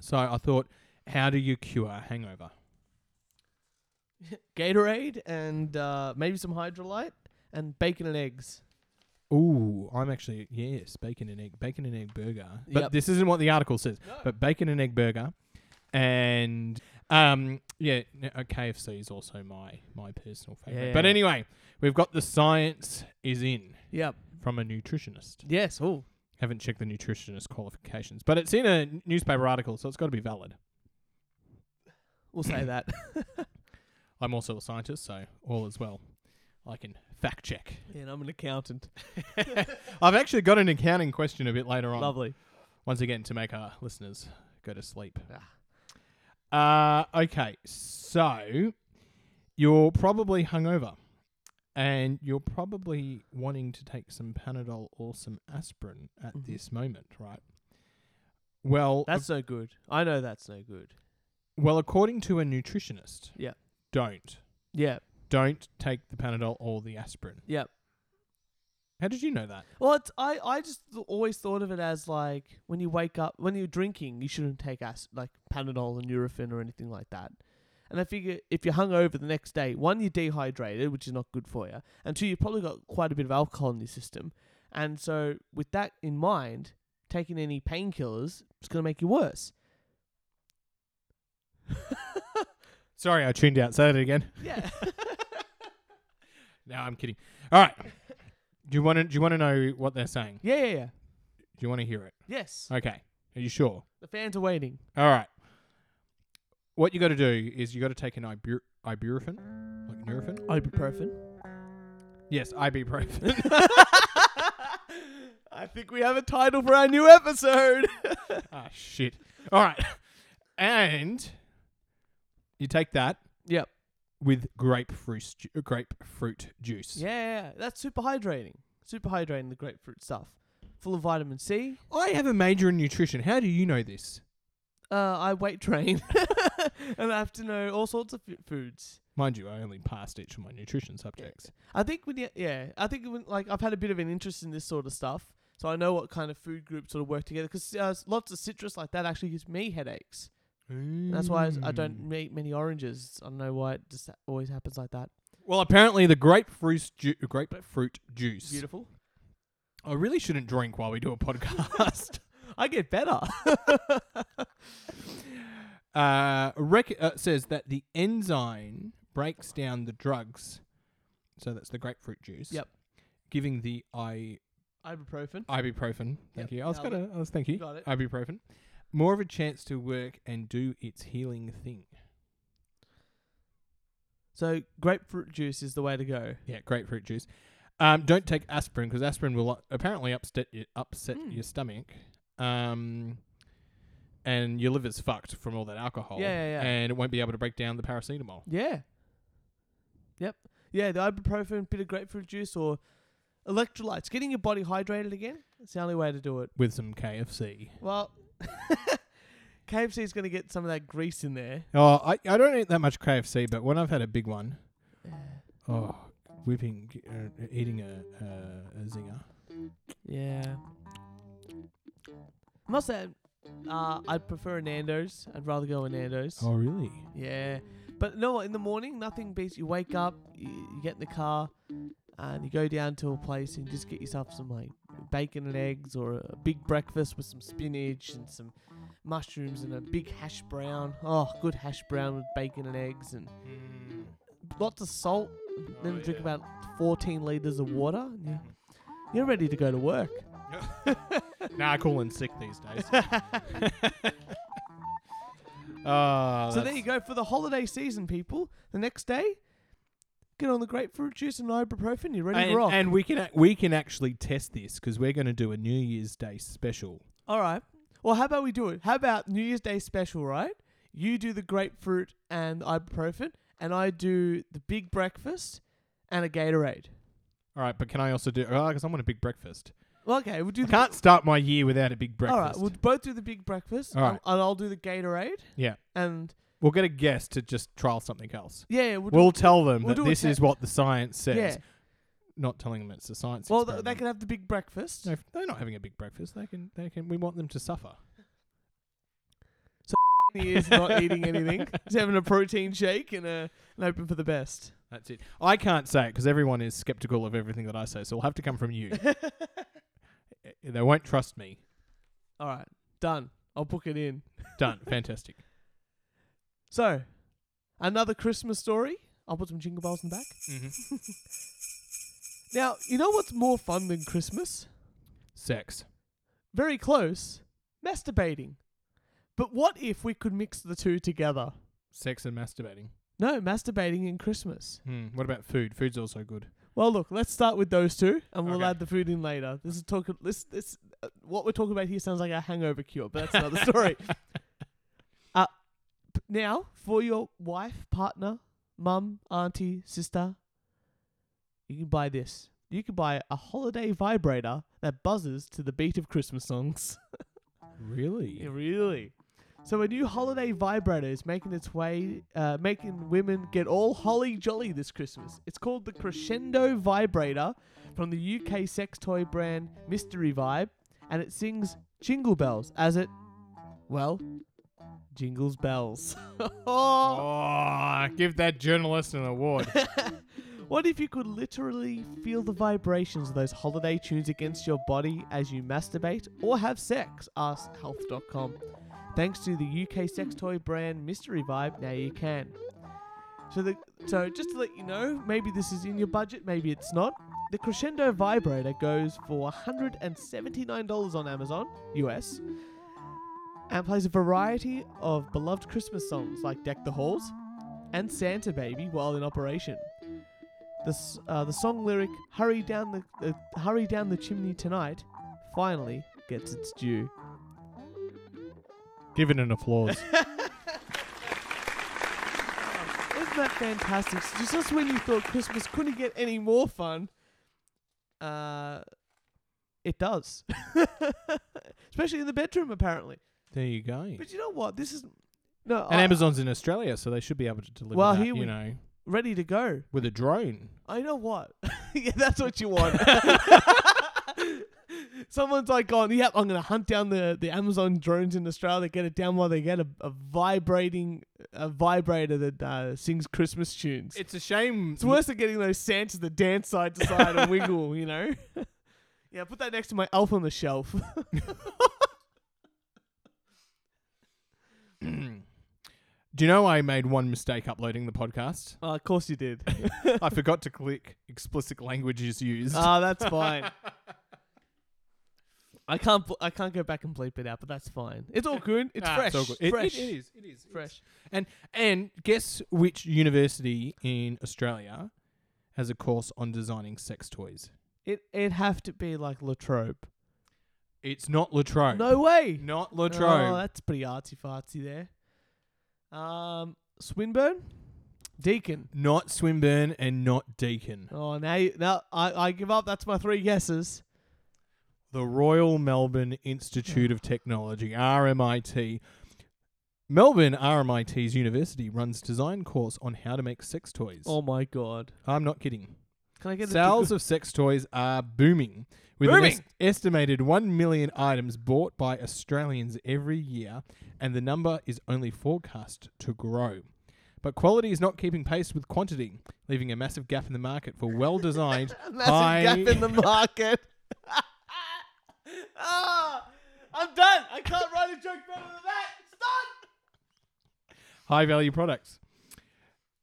B: So I thought, how do you cure a hangover?
A: Gatorade and uh, maybe some Hydrolite and bacon and eggs.
B: Ooh, I'm actually yes, bacon and egg, bacon and egg burger. But
A: Yep.
B: this isn't what the article says. But bacon and egg burger, and um, yeah, n- uh, KFC is also my my personal favorite. But
A: Yeah.
B: anyway, we've got the science is in
A: Yep.
B: from a nutritionist.
A: Yes. Oh.
B: Haven't checked the nutritionist qualifications, but it's in a n- newspaper article, so it's got to be valid.
A: We'll say that.
B: I'm also a scientist, so all is well. I can fact check.
A: and I'm an accountant.
B: I've actually got an accounting question a bit later on.
A: Lovely.
B: once again to make our listeners go to sleep.
A: Ah.
B: Uh, okay, so you're probably hungover and you're probably wanting to take some Panadol or some aspirin at
A: Mhm.
B: this moment, right? Well,
A: That's no good. I know that's no good.
B: well, according to a nutritionist,
A: Yeah.
B: don't
A: Yeah.
B: don't take the Panadol or the aspirin.
A: Yeah.
B: How did you know that?
A: Well, it's, I I just th- always thought of it as like when you wake up, when you're drinking, you shouldn't take ac- like Panadol or Nurofen or anything like that. And I figure if you're hungover the next day, one you're dehydrated, which is not good for you, and two you've probably got quite a bit of alcohol in your system. And so with that in mind, taking any painkillers is going to make you worse.
B: Sorry, I tuned out. Say that again.
A: Yeah.
B: No, I'm kidding. All right. Do you want to? Do you want to know what they're saying?
A: yeah, yeah, yeah.
B: Do you want to hear it?
A: Yes.
B: Okay. Are you sure?
A: The fans are waiting.
B: All right. What you got to do is you got to take an ibu- ibuprofen, like Nurofen.
A: Ibuprofen.
B: Yes, ibuprofen.
A: I think we have a title for our new episode.
B: ah, shit. All right. And you take that
A: yep.
B: with grapefruit ju- grapefruit juice.
A: Yeah, yeah, yeah. that's super hydrating. Super hydrating the grapefruit stuff. Full of vitamin C.
B: I have a major in nutrition. How do you know this?
A: Uh, I weight train, and I have to know all sorts of f- foods.
B: Mind you, I only passed each of my nutrition subjects.
A: I think when you, yeah, I think when, like I've had a bit of an interest in this sort of stuff, so I know what kind of food groups sort of work together. Because uh, s- lots of citrus like that actually gives me headaches. That's why I s- I
B: Mm.
A: don't eat many oranges. I don't know why it just always happens like that.
B: Well, apparently the grapefruit ju- grapefruit juice.
A: Beautiful.
B: I really shouldn't drink while we do a podcast.
A: I get better.
B: uh, rec- uh, says that the enzyme breaks down the drugs, so that's the grapefruit juice.
A: Yep.
B: Giving the I
A: Ibuprofen.
B: ibuprofen. Thank
A: Yep,
B: you. I was
A: nailed
B: gonna. I was thank you.
A: Got it.
B: Ibuprofen. More of a chance to work and do its healing thing.
A: So grapefruit juice is the way to go.
B: Yeah, grapefruit juice. Um, don't take aspirin because aspirin will u- apparently upset your, upset
A: Mm.
B: your stomach. Um, and your liver's fucked from all that alcohol.
A: Yeah, yeah, yeah.
B: And it won't be able to break down the paracetamol.
A: Yeah. Yep. Yeah, the ibuprofen, bit of grapefruit juice, or electrolytes. Getting your body hydrated again. It's the only way to do it.
B: with some KFC.
A: Well, KFC's going to get some of that grease in there.
B: Oh, I, I don't eat that much KFC, but when I've had a big one, oh, whipping, uh, eating a, uh, a zinger.
A: Yeah. I must say, uh, I'd prefer Nando's. I'd rather go with Nando's.
B: Oh, really?
A: Yeah, but no, in the morning, nothing beats. You wake up, you, you get in the car, and you go down to a place and just get yourself some like bacon and eggs or a big breakfast with some spinach and some mushrooms and a big hash brown. Oh, good hash brown with bacon and eggs and Hmm. lots of salt.
B: Oh,
A: Then drink about 14 liters of water. and you- You're ready to go to work.
B: nah, I call in sick these days. oh,
A: so there you go for the holiday season, people. The next day, get on the grapefruit juice and ibuprofen. You're ready to
B: And,
A: rock.
B: and we can ac- we can actually test this because we're going to do a New Year's Day special.
A: All right. Well, how about we do it? How about New Year's Day special, right? You do the grapefruit and ibuprofen, and I do the big breakfast and a Gatorade.
B: All right, but can I also do? Oh, because I want a big breakfast.
A: Well, okay, we'll do
B: I
A: the.
B: can't start my year without a big breakfast.
A: All right, we'll both do the big breakfast,
B: All right.
A: and, and I'll do the Gatorade,
B: yeah,
A: and
B: we'll get a guest to just trial something else.
A: yeah, we'll. do-
B: We'll tell them
A: we'll
B: that
A: do a
B: this is
A: test.
B: what the science says.
A: yeah.
B: Not telling them it's the science.
A: Well, th-
B: experiment.
A: they can have the big breakfast.
B: No, they're not having a big breakfast. They can. They can. We want them to suffer.
A: He is not eating anything. He's having a protein shake and a and hoping for the best.
B: That's it. I can't say it because everyone is skeptical of everything that I say, so it'll have to come from you. Eh, they won't trust me.
A: All right, done. I'll book it in.
B: Done. Fantastic.
A: So, another Christmas story. I'll put some jingle bells in the back.
B: Mm-hmm.
A: Now, you know what's more fun than Christmas?
B: Sex.
A: Very close. Masturbating. But what if we could mix the two together?
B: Sex and masturbating.
A: No, masturbating and Christmas.
B: Hmm. What about food? Food's also good.
A: Well, look, let's start with those two, and we'll
B: Okay.
A: add the food in later. This is talking. This this uh, what we're talking about here sounds like a hangover cure, but that's another story. Uh, p- now for your wife, partner, mum, auntie, sister, you can buy this. You can buy a holiday vibrator that buzzes to the beat of Christmas songs.
B: Really?
A: Yeah, really. So a new holiday vibrator is making its way, uh, making women get all holly jolly this Christmas. It's called the Crescendo Vibrator from the UK sex toy brand Mystery Vibe, and it sings jingle bells as it, well, jingles bells.
B: Oh, give that journalist an award.
A: What if you could literally feel the vibrations of those holiday tunes against your body as you masturbate or have sex? asked health.com. Thanks to the UK sex toy brand Mystery Vibe, now you can. So, the, so just to let you know, maybe this is in your budget, maybe it's not. The Crescendo vibrator goes for $179 on Amazon US and plays a variety of beloved Christmas songs like Deck the Halls and Santa Baby while in operation. The, s- uh, the song lyric "Hurry down the uh, hurry down the chimney tonight" finally gets its due.
B: give it an applause.
A: Isn't that fantastic? So Just when you thought Christmas couldn't get any more fun, uh, it does. Especially in the bedroom, apparently.
B: there you go. And
A: But you know what? This is no I-
B: Amazon's in Australia, so they should be able to deliver
A: Well,
B: that,
A: here
B: you
A: we-
B: know,
A: ready to go.
B: with a drone.
A: I know what. yeah, that's what you want. Someone's like, "Gone, yep, I'm gonna hunt down the, the Amazon drones in Australia, get it down while they get a, a vibrating a vibrator that uh, sings Christmas tunes."
B: It's a shame.
A: It's worse than getting those Santas that dance side to side and wiggle, you know? yeah, put that next to my elf on the shelf.
B: Do you know I made one mistake uploading the podcast?
A: oh, of course you did.
B: I forgot to click explicit languages used.
A: Ah, that's fine. I can't bl- I can't go back and bleep it out, but that's fine. It's all good. It's
B: Ah,
A: fresh.
B: all good. It- it
A: fresh.
B: is, It is.
A: Fresh.
B: And and guess which university in Australia has a course on designing sex toys?
A: It it'd have to be like Latrobe.
B: It's not La Trobe.
A: No way.
B: Not
A: Oh,
B: Latrobe.
A: that's pretty artsy fartsy there. Um, Swinburne, Deacon.
B: not Swinburne and not Deakin.
A: Oh, now you, now I I give up. That's my three guesses.
B: The Royal Melbourne Institute of Technology, RMIT. Melbourne RMIT's university runs design course on how to make sex toys.
A: Oh my god.
B: I'm not kidding.
A: Can I get a
B: Sales
A: deg-
B: of sex toys are booming, with an
A: Booming!
B: est- estimated 1 million items bought by Australians every year, and the number is only forecast to grow. But quality is not keeping pace with quantity, leaving a massive gap in the market for well designed,
A: massive
B: high.
A: gap in the market? ah, I'm done. I can't write a joke better than that. It's done.
B: high value products.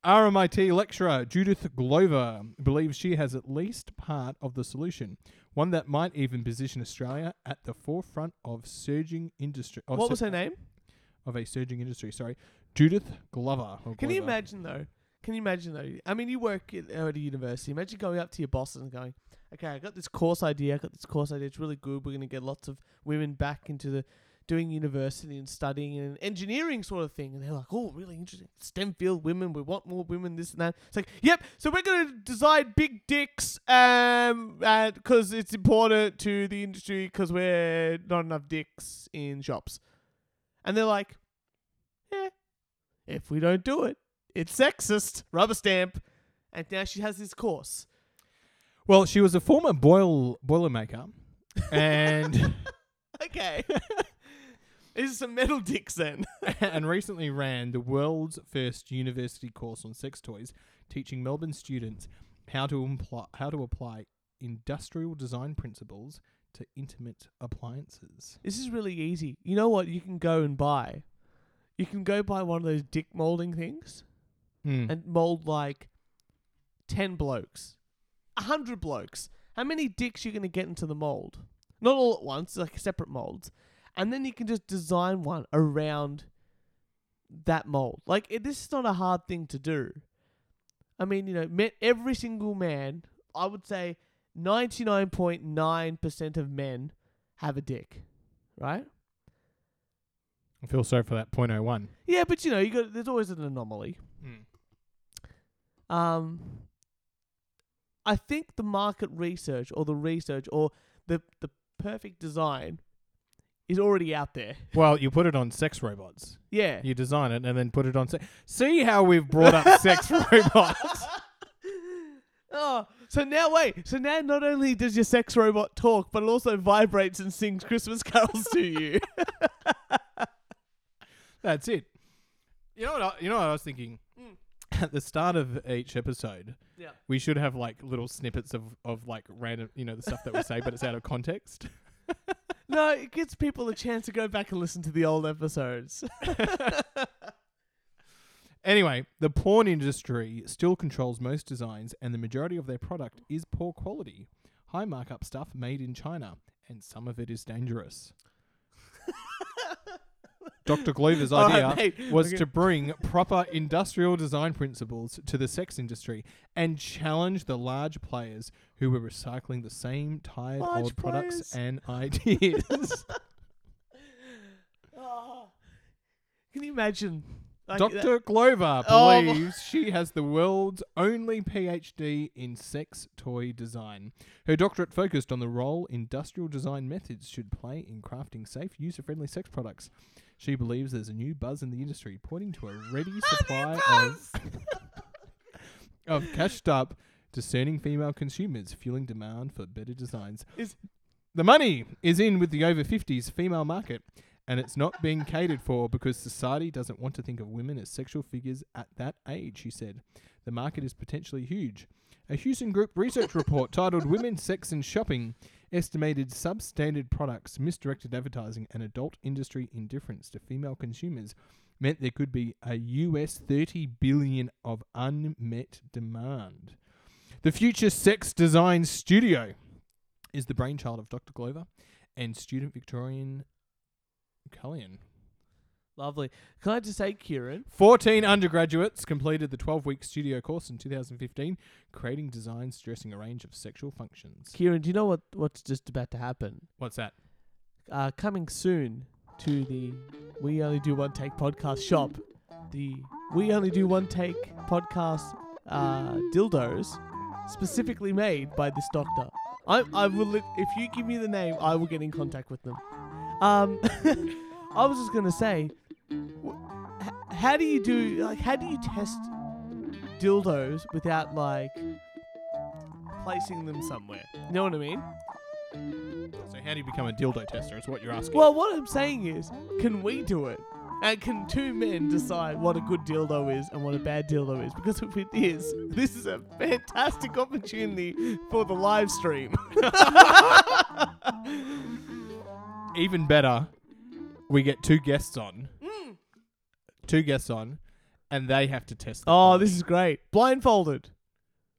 B: RMIT lecturer Judith Glover believes she has at least part of the solution, one that might even position Australia at the forefront of surging industry. Of
A: What
B: sur-
A: was her name?
B: Of a surging industry, sorry. Judith Glover. or
A: Can you
B: Glover.
A: imagine though? Can you imagine though? I mean, you work at, uh, at a university. Imagine going up to your bosses and going, "Okay, I got this course idea. I got this course idea. It's really good. We're going to get lots of women back into the doing university and studying and engineering sort of thing." And they're like, "Oh, really interesting. STEM field women. We want more women. This and that." It's like, "Yep. So we're going to design big dicks, um, because it's important to the industry because we're not enough dicks in shops." And they're like, "Yeah." if we don't do it, it's sexist. Rubber stamp. And now she has this course.
B: Well, she was a former boil boilermaker, and
A: Okay. Is some metal dicks then?
B: and recently ran the world's first university course on sex toys, teaching Melbourne students how to impl- how to apply industrial design principles to intimate appliances.
A: This is really easy. You know what? You can go and buy. You can go buy one of those dick molding things
B: Mm-hmm.
A: and mold like ten blokes, a hundred blokes. How many dicks you gonna get into the mold? Not all at once, like separate molds, and then you can just design one around that mold. Like it, this is not a hard thing to do. I mean, you know, me- every single man, I would say, ninety nine point nine percent of men have a dick, right?
B: I feel sorry for that point oh one.
A: Yeah, but you know, you Hmm. got there's always an anomaly. Um, I think the market research or the research or the the perfect design is already out there.
B: Well, you put it on sex robots.
A: Yeah.
B: You design it and then put it on. Se- See how we've brought up sex robots.
A: Oh, so now wait. So now not only does your sex robot talk, but it also vibrates and sings Christmas carols to you.
B: That's it. You know what? I, you know what I was thinking. At the start of each episode,
A: Yeah.
B: we should have like little snippets of of like random, you know, the stuff that we say, but it's out of context.
A: No, it gives people a chance to go back and listen to the old episodes.
B: Anyway, the porn industry still controls most designs, and the majority of their product is poor quality, high markup stuff made in China, and some of it is dangerous. Dr. Glover's
A: All
B: idea
A: right, Oh, mate,
B: was
A: we're
B: to bring proper industrial design principles to the sex industry and challenge the large players who were recycling the same tired
A: Large
B: old products
A: players.
B: and ideas.
A: Oh. Can you imagine? Like, that-
B: Dr. Glover
A: Oh, my-
B: believes she has the world's only PhD in sex toy design. Her doctorate focused on the role industrial design methods should play in crafting safe, user friendly sex products. She believes there's a new buzz in the industry, pointing to a ready supply of, of cashed up, discerning female consumers, fueling demand for better designs.
A: Is-
B: the money is in with the over 50s female market and it's not being catered for because society doesn't want to think of women as sexual figures at that age, she said. The market is potentially huge. A Houston Group research report titled Women, Sex and Shopping estimated substandard products, misdirected advertising, and adult industry indifference to female consumers meant there could be a US 30 billion of unmet demand. The Future Sex Design Studio is the brainchild of Dr. Glover and student Victorian Cullion.
A: Lovely. Can I just say, Kieran?
B: 14 undergraduates completed the 12 week studio course in 2015, creating designs addressing a range of sexual functions.
A: Kieran, do you know what what's just about to happen?
B: What's that?
A: Uh, coming soon to the We Only Do One Take podcast shop, the We Only Do One Take podcast uh, dildos, specifically made by this doctor. I, I will. lit- If you give me the name, I will get in contact with them. Um, I was just gonna say, wh- h- how do you do? Like, how do you test dildos without like placing them somewhere? You know what I mean?
B: So, how do you become a dildo tester? Is what you're asking.
A: Well, what I'm saying is, can we do it? And can two men decide what a good dildo is and what a bad dildo is? Because if it is, this is a fantastic opportunity for the live stream.
B: Even better, we get two guests on. Two guests on, and they have to test. the
A: Oh,
B: quality.
A: this is great. Blindfolded.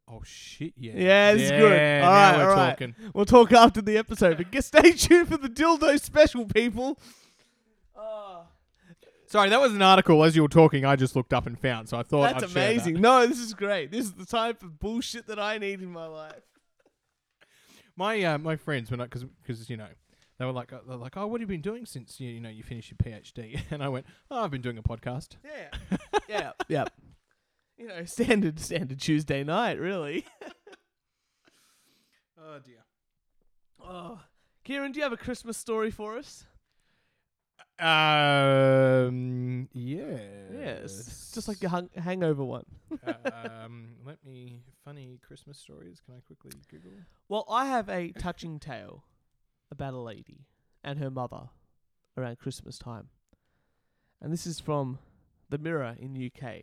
B: Oh, shit, yeah.
A: Yeah, this is good.
B: Yeah,
A: All
B: now
A: right,
B: we're
A: all right.
B: talking.
A: We'll talk after the episode, but get stay tuned for the dildo special, people.
B: Sorry, that was an article as you were talking I just looked up and found, so I thought
A: That's
B: I'd share that.
A: amazing. No, this is great. This is the type of bullshit that I need in my life.
B: My uh, my friends were not because because you know they were like uh, they're like oh what have you been doing since you you know you finished your PhD and I went oh I've been doing a podcast
A: Yeah. Yeah. yeah. You know, standard standard Tuesday night, really.
B: oh dear
A: Oh, Kieran, do you have a Christmas story for us?
B: um yeah
A: Yes, just like your hung- hangover one.
B: um let me funny Christmas stories can I quickly Google
A: Well, I have a touching tale about a lady and her mother around Christmas time, and this is from the Mirror in the UK.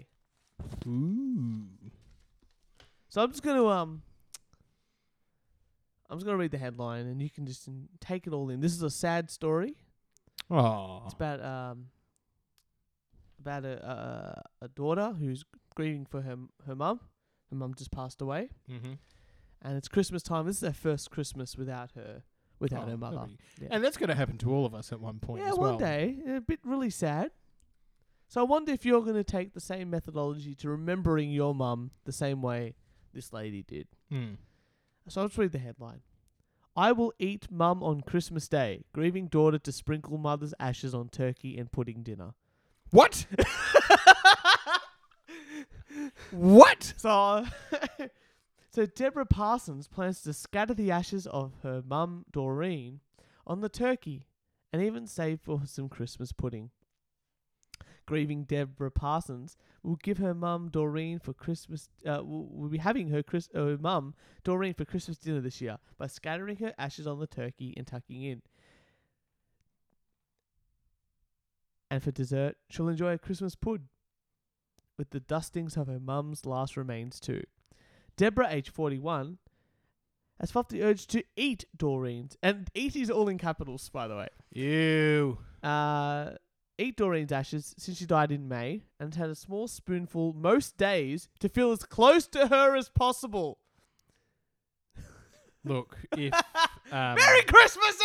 B: ooh
A: So I'm just gonna um, I'm just gonna read the headline, and you can just mm, take it all in. This is a sad story.
B: oh
A: It's about um about a a, a daughter who's grieving for her m- her mum. Her mum just passed away,
B: mm-hmm.
A: and it's Christmas time. This is their first Christmas without her without
B: Oh,
A: her mother. Yeah.
B: and that's gonna happen to all of us at one point
A: Yeah,
B: as
A: one
B: well.
A: day, a bit really sad. So I wonder if you're going to take the same methodology to remembering your mum the same way this lady did.
B: Mm.
A: So I'll just read the headline. I will eat mum on Christmas Day, grieving daughter to sprinkle mother's ashes on turkey and pudding dinner.
B: what what
A: So, So Deborah Parsons plans to scatter the ashes of her mum Doreen on the turkey and even save for some Christmas pudding. Grieving Deborah Parsons will give her mum Doreen for Christmas. Uh, will will be having her Chris, uh, her mum Doreen for Christmas dinner this year by scattering her ashes on the turkey and tucking in. And for dessert, she'll enjoy a Christmas pud with the dustings of her mum's last remains too. Deborah, age 41, has felt the urge to eat Doreen's. And eat is all in capitals, by the way.
B: Ew.
A: Uh, eat Doreen's ashes since she died in May and had a small spoonful most days to feel as close to her as possible.
B: Look, if um,
A: Merry Christmas,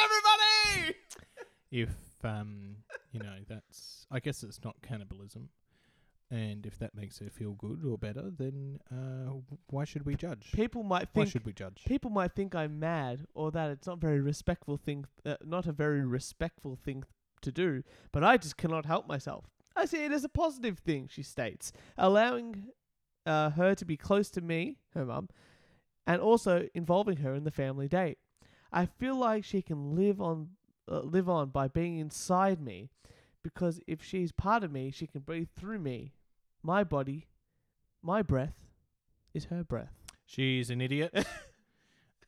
A: everybody!
B: if um, you know that's, I guess it's not cannibalism, and if that makes her feel good or better, then uh, why should we judge?
A: People might
B: Why
A: think
B: should we judge?
A: people might think I'm mad or that it's not very respectful thing, uh, not a very respectful thing to do, but I just cannot help myself. I see it as a positive thing, she states, allowing uh, her to be close to me, her mum, and also involving her in the family date. I feel like she can live on uh, live on by being inside me because if she's part of me, she can breathe through me. My body, my breath is her breath.
B: She's an idiot.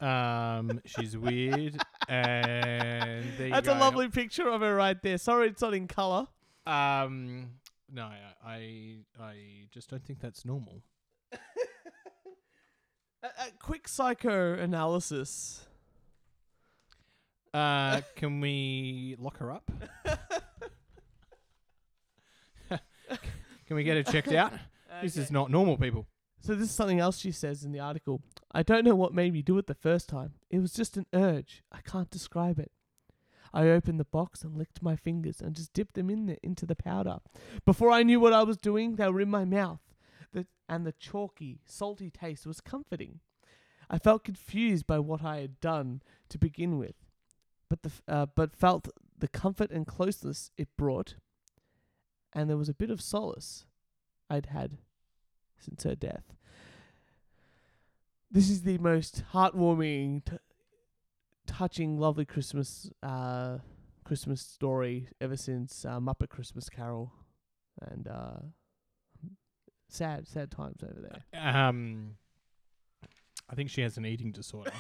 B: um, she's weird, and there you
A: That's
B: go.
A: a lovely picture of her right there. Sorry, it's not in color.
B: Um, no, I- I, I just don't think that's normal.
A: A, a quick psychoanalysis.
B: Uh, can we lock her up? can we get her checked out? This is not normal, people.
A: So this is something else she says in the article. I don't know what made me do it the first time. It was just an urge. I can't describe it. I opened the box and licked my fingers and just dipped them in the, into the powder. Before I knew what I was doing, they were in my mouth. The, and the chalky, salty taste was comforting. I felt confused by what I had done to begin with, but the f- uh, but felt the comfort and closeness it brought, and there was a bit of solace I'd had since her death. This is the most heartwarming, t- touching, lovely Christmas uh, Christmas story ever since uh, Muppet Christmas Carol, and uh, sad, sad times over there.
B: Um, I think she has an eating disorder,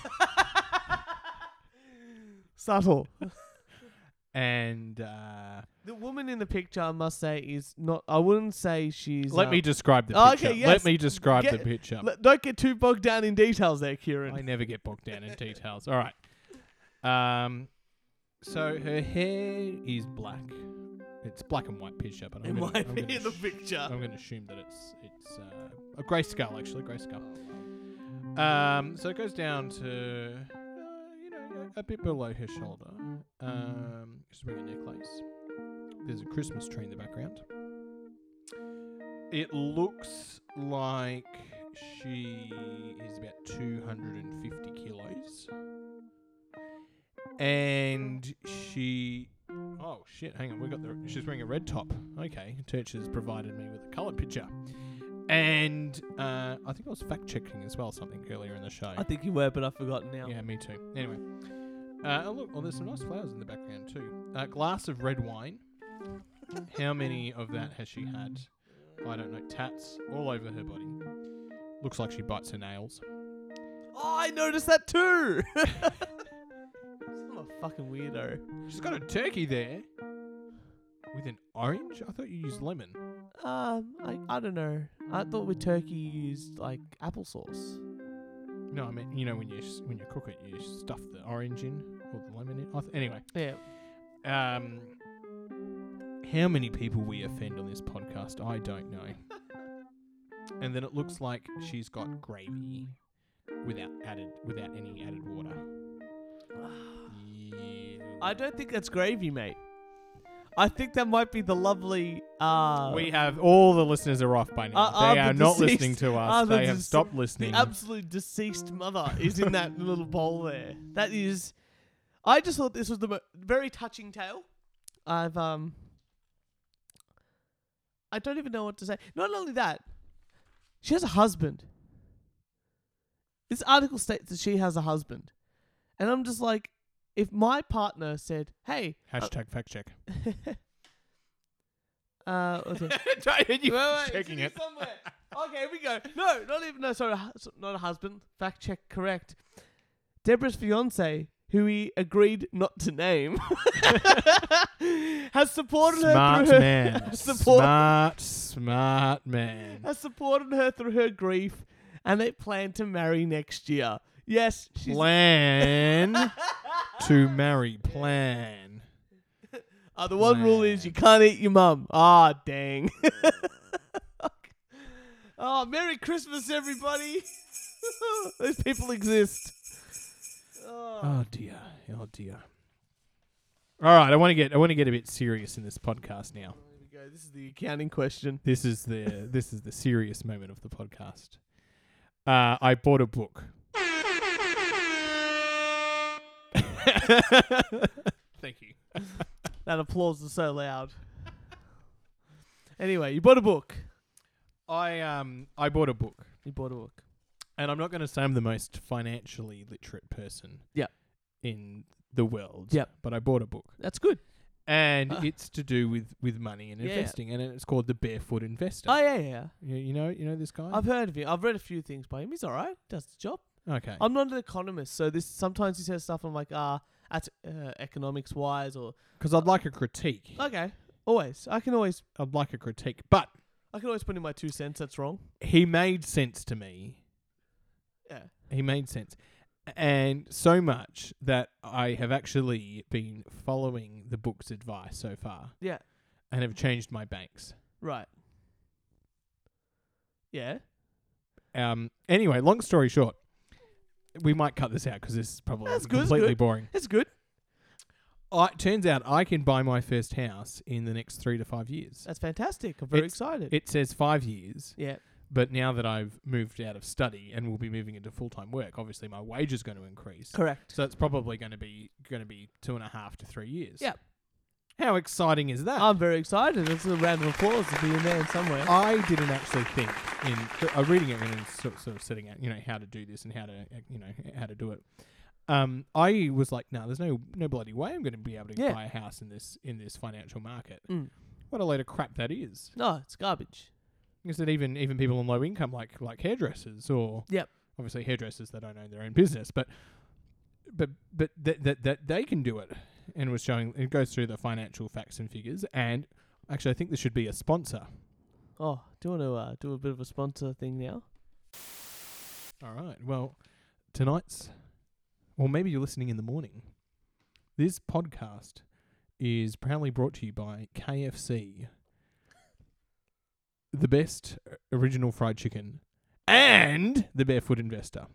A: Subtle.
B: and uh,
A: The woman in the picture, I must say, is not. I wouldn't say she's.
B: let
A: uh,
B: me describe the
A: Oh,
B: picture.
A: okay, yes.
B: Let me describe the
A: Get-
B: picture.
A: le- don't get too bogged down in details there, Kieran.
B: I never get bogged down in details. All right. Um, so her hair is black. It's black and white picture, but I'm
A: it
B: gonna,
A: might
B: I'm
A: be
B: gonna
A: in the
B: sh-
A: picture.
B: I'm going to assume that it's it's uh, a grey skull, actually, grey skull. Um, so it goes down to uh, you know a bit below her shoulder. Um, just bring a necklace. There's a Christmas tree in the background. It looks like she is about 250 kilos. And she Oh shit! Hang on, we got the. She's wearing a red top. Okay, Turch has provided me with a coloured picture, and uh, I think I was fact checking as well something earlier in the show.
A: I think you were, but I've forgotten now.
B: yeah, me too. Anyway, uh, oh look, oh, there's some nice flowers in the background too. A glass of red wine. How many of that has she had? I don't know. Tats all over her body. Looks like she bites her nails.
A: Oh, I noticed that too. I'm a fucking weirdo.
B: She's got a turkey there with an orange. I thought you used lemon.
A: Um, I, I don't know. I thought with turkey you used like applesauce.
B: No, I mean you know when you s- when you cook it, you stuff the orange in or the lemon in. I th- anyway,
A: Yeah.
B: um, how many people we offend on this podcast, I don't know. and then it looks like she's got gravy without added without any added water. Yeah.
A: I don't think that's gravy, mate. I think that might be the lovely. Uh,
B: we have all the listeners are off by now.
A: Are- are
B: they
A: the
B: are not
A: deceased-
B: listening to
A: are
B: us.
A: the
B: They have
A: dece-
B: stopped listening.
A: The absolute deceased mother is in that little bowl there. That is. I just thought this was the mo- very touching tale. I've um. I don't even know what to say. Not only that, she has a husband. This article states that she has a husband. And I'm just like, if my partner said, hey,
B: Hashtag fact check.
A: uh, what's it?
B: you
A: Wait, wait, it's
B: checking it.
A: in here somewhere. okay, here we go. No, not even. No, sorry, a hus- not a husband. Fact check correct. Deborah's fiance, who he agreed not to name, has supported her
B: Smart
A: through her,
B: man.
A: Support-
B: Smart, smart man.
A: has supported her through her grief, and they plan to marry next year. Yes, she's.
B: Plan to marry. Plan.
A: Uh, the one rule is you can't eat your mum. Ah, dang. oh, Merry Christmas, everybody. Those people exist.
B: Oh dear. Oh dear. All right, I want to get I want to get a bit serious in this podcast now.
A: There we go. This is the accounting question.
B: This is the this is the serious moment of the podcast. Uh, I bought a book. Thank you.
A: That applause was so loud. anyway, you bought a book.
B: I um I bought a book.
A: You bought a book.
B: and I'm not going to say I'm the most financially literate person
A: Yep.
B: in the world.
A: Yep.
B: But I bought a book
A: That's good.
B: and
A: Ah.
B: it's to do with, with money and
A: Yeah, yeah.
B: investing and it's called The Barefoot Investor.
A: Oh yeah, yeah, yeah.
B: you, you know, you know this guy?
A: I've heard of him. I've read a few things by him. He's all right. Does the job.
B: okay.
A: I'm not an economist, so this sometimes he says stuff. I'm like, ah, that's uh, economics wise, or
B: Cuz I'd like a critique.
A: okay. Always, I can always,
B: I'd like a critique, but
A: I can always put in my two cents. That's wrong.
B: he made sense to me.
A: Yeah.
B: He made sense. And so much that I have actually been following the book's advice so far
A: Yeah.
B: and have changed my banks.
A: Right. Yeah.
B: Um. Anyway, long story short, we might cut this out 'cause this is probably
A: That's good, that's
B: completely
A: good.
B: boring.
A: That's good.
B: I, it turns out I can buy my first house in the next three to five years.
A: That's fantastic. I'm very
B: It's-
A: excited.
B: It says five years,
A: yeah.
B: but now that I've moved out of study and will be moving into full time work, obviously my wage is going to increase.
A: Correct.
B: So it's probably going to be going to be two and a half to three years.
A: Yep.
B: How exciting is that?
A: I'm very excited. It's a round of applause to be in there somewhere.
B: I didn't actually think in th- uh, reading it and sort, sort of setting out, you know, how to do this and how to, uh, you know, how to do it. Um, I was like, no, there's no no bloody way I'm going to be able to
A: Yeah.
B: buy a house in this in this financial market.
A: Mm.
B: What a load of crap that is.
A: No, it's garbage.
B: Is that even even people on low income like like hairdressers or
A: Yep.
B: obviously hairdressers they don't own their own business, but but but that that that they can do it and was showing it goes through the financial facts and figures and actually I think there should be a sponsor.
A: Oh, do you want to uh, do a bit of a sponsor thing now?
B: All right. Well, tonight's, or maybe you're listening in the morning. This podcast is proudly brought to you by KFC, the best uh, original fried chicken, and the Barefoot Investor.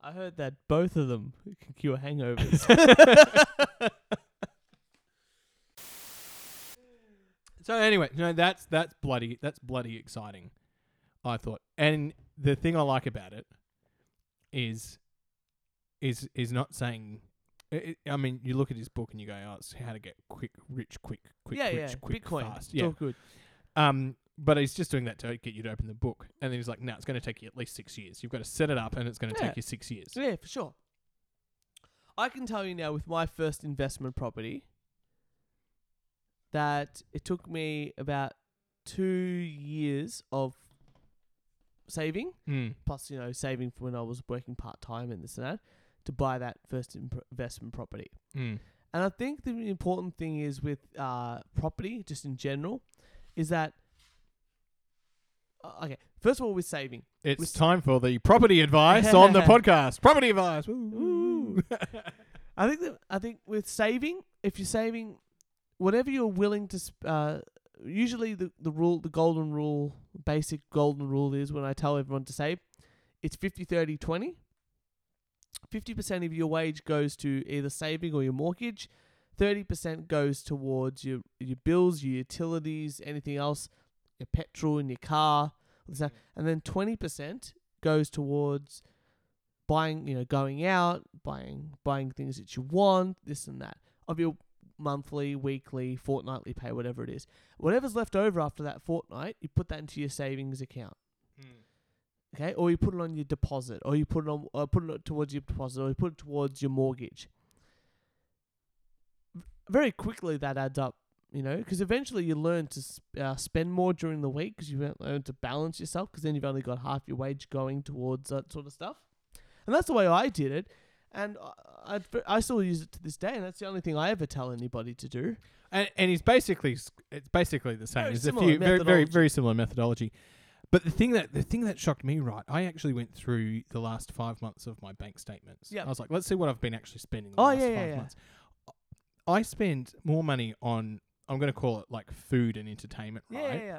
A: I heard that both of them can cure hangovers.
B: So anyway, no, that's that's bloody that's bloody exciting. I thought, and the thing I like about it is is is not saying. i I I mean, you look at his book and you go, "Oh, it's how to get quick, rich, quick, quick,
A: yeah,
B: rich,
A: yeah.
B: quick,
A: Bitcoin.
B: fast."
A: It's
B: Yeah.
A: all good.
B: Um, but he's just doing that to get you to open the book, and then he's like, "No, it's going to take you at least six years. You've got to set it up, and it's going to
A: Yeah.
B: take you six years."
A: So, yeah, for sure. I can tell you now with my first investment property that it took me about two years of saving,
B: Mm.
A: plus, you know, saving for when I was working part time and this and that, to buy that first imp- investment property.
B: Mm.
A: And I think the important thing is with uh, property, just in general, is that uh, okay. First of all, with saving,
B: It's
A: Was-
B: time for the property advice on the podcast. Property advice. Woo.
A: I think that I think with saving, if you're saving, whatever you're willing to, sp- uh, usually the the rule, the golden rule, basic golden rule is when I tell everyone to save, it's 50, 30, 20. 50% of your wage goes to either saving or your mortgage. 30% goes towards your, your bills, your utilities, anything else, your petrol in your car. all this stuff. And then 20% goes towards buying, you know, going out, buying buying things that you want, this and that. Of your monthly, weekly, fortnightly pay, whatever it is. Whatever's left over after that fortnight, you put that into your savings account. okay, or you put it on your deposit, or you put it on, or put it towards your deposit, or you put it towards your mortgage. V- Very quickly, that adds up, you know, because eventually you learn to sp- uh, spend more during the week because you won't learn to balance yourself because then you've only got half your wage going towards that sort of stuff, and that's the way I did it, and I, I, I still use it to this day, and that's the only thing I ever tell anybody to do.
B: and, and it's basically s- it's basically the same.
A: Very
B: There's a
A: similar
B: few very very
A: methodology.
B: very similar methodology. But the thing that the thing that shocked me, right? I actually went through the last five months of my bank statements.
A: Yep.
B: I was like, let's see what I've been actually spending. The
A: Oh,
B: last
A: yeah, yeah,
B: five
A: yeah.
B: months. I spent more money on I'm going to call it like food and entertainment, right?
A: yeah,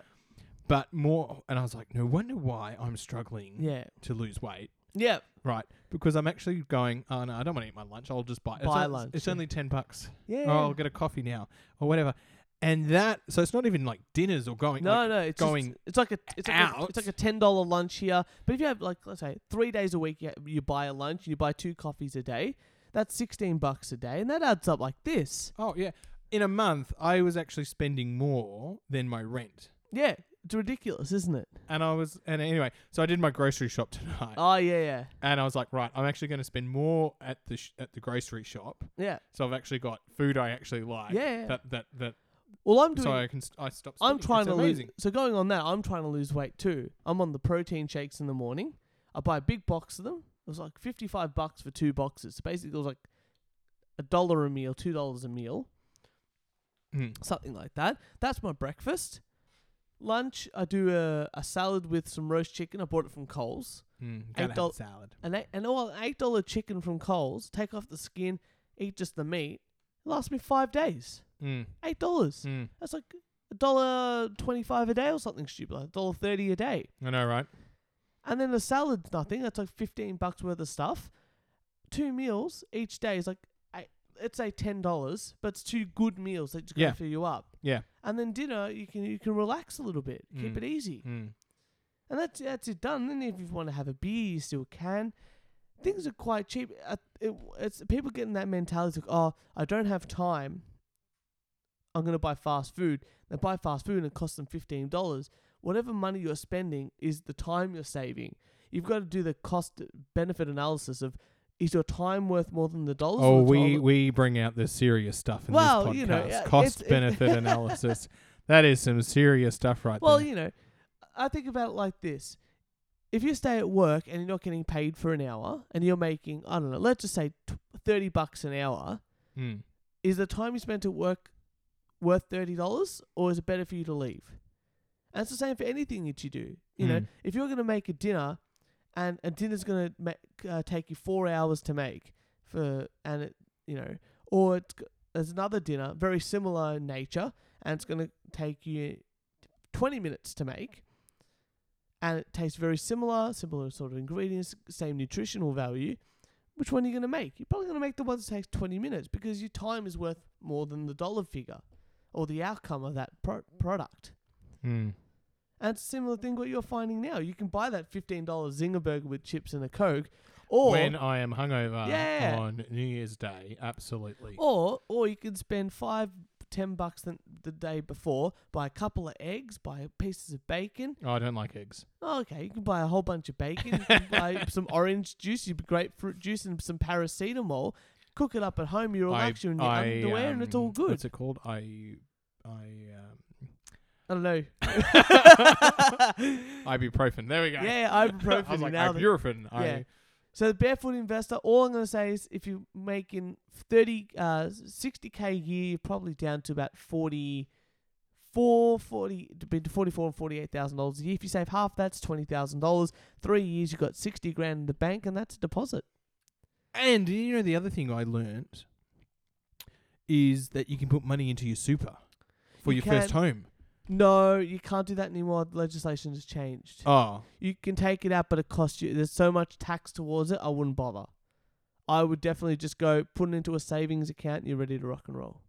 B: But more, and I was like, no wonder why I'm struggling
A: yeah,
B: to lose weight.
A: yeah.
B: Right, because I'm actually going. Oh no, I don't want to eat my lunch. I'll just
A: Buy
B: buy. it's, o-
A: lunch,
B: It's
A: yeah.
B: only ten bucks.
A: yeah.
B: Oh, I'll get a coffee now or whatever. And that, so it's not even like dinners or going.
A: No,
B: like,
A: no, it's
B: going
A: just, it's like a it's like a,
B: out.
A: it's like a ten dollar lunch here. But if you have like let's say three days a week, you, you buy a lunch, you buy two coffees a day. That's sixteen bucks a day, and that adds up like this.
B: Oh yeah, in a month I was actually spending more than my rent,
A: Yeah, it's ridiculous, isn't it?
B: and I was and anyway, so I did my grocery shop tonight,
A: Oh yeah, yeah,
B: and I was like, right, I'm actually going to spend more at the sh- at the grocery shop.
A: yeah.
B: So I've actually got food I actually like.
A: Yeah, yeah.
B: That that that.
A: Well, I'm doing.
B: so I can st- I stop. Spending.
A: I'm trying
B: It's
A: to lose.
B: amazing.
A: So going on that, I'm trying to lose weight too. I'm on the protein shakes in the morning. I buy a big box of them. It was like fifty five bucks for two boxes. So basically, it was like a dollar a meal, two dollars a meal.
B: Mm.
A: something like that. That's my breakfast. Lunch, I do a, a salad with some roast chicken. I bought it from Coles.
B: Mm. Gotta have
A: doll-
B: a salad.
A: An eight, an all eight dollar chicken from Coles. Take off the skin, eat just the meat. It lasts me five days.
B: Mm.
A: Eight dollars.
B: Mm.
A: That's like a dollar twenty five a day or something stupid, like a dollar thirty a day.
B: I know, right?
A: And then the salad's nothing. That's like fifteen bucks worth of stuff. Two meals each day is like eight, let's say ten dollars, but it's two good meals that's gonna
B: Yeah.
A: fill you up.
B: Yeah.
A: And then dinner, you can you can relax a little bit, keep
B: Mm.
A: it easy,
B: Mm.
A: and that's that's it done. Then if you want to have a beer, you still can. Things are quite cheap. Uh, it, it's people getting that mentality like, oh, I don't have time. I'm gonna buy fast food. They buy fast food and it costs them fifteen dollars. Whatever money you're spending is the time you're saving. You've got to do the cost benefit analysis of is your time worth more than the dollars? or
B: Oh,
A: the
B: we
A: dollar?
B: we bring out the serious stuff in
A: Well,
B: this podcast.
A: you know, uh, it's-
B: Cost
A: it-
B: benefit analysis. That is some serious stuff, right
A: Well,
B: there.
A: you know, I think about it like this. If you stay at work and you're not getting paid for an hour and you're making, I don't know, let's just say t- 30 bucks an hour,
B: Mm.
A: is the time you spent at work worth $30 or is it better for you to leave? And it's the same for anything that you do. You know,
B: Mm.
A: if you're going to make a dinner and a dinner's going to ma- uh, take you four hours to make for, and it, you know, or it's, g- there's another dinner, very similar in nature, and it's going to take you 20 minutes to make. And it tastes very similar, similar sort of ingredients, same nutritional value. Which one are you going to make? You're probably going to make the one that takes 20 minutes because your time is worth more than the dollar figure or the outcome of that pro- product.
B: Mm.
A: And it's a similar thing what you're finding now. You can buy that $15 Zinger burger with chips and a Coke or
B: when I am hungover
A: Yeah.
B: on New Year's Day, absolutely.
A: Or or you could spend five, ten bucks the, the day before, buy a couple of eggs, buy pieces of bacon.
B: Oh, I don't like eggs.
A: Oh, okay, you can buy a whole bunch of bacon, you can buy some orange juice, you grapefruit juice, and some paracetamol. Cook it up at home. You're all
B: I,
A: actually in your
B: I,
A: underwear, and it's all
B: um,
A: good.
B: What's it called? I, I, um,
A: I don't know.
B: ibuprofen. There we go.
A: yeah, ibuprofen.
B: I was like
A: now that-
B: ibuprofen.
A: Yeah.
B: I,
A: So the barefoot investor, all I'm going to say is if you're making 30, uh, 60k a year, you're probably down to about 44, 40, between 44 and 48 thousand dollars a year. If you save half, that's twenty thousand dollars. Three years, you've got 60 grand in the bank, and that's a deposit.
B: And you know the other thing I learnt is that you can put money into your super for
A: You
B: your first home.
A: No, you can't do that anymore. The legislation has changed.
B: Oh,
A: You can take it out, but it costs you. There's so much tax towards it. I wouldn't bother. I would definitely just go put it into a savings account. And you're ready to rock and roll.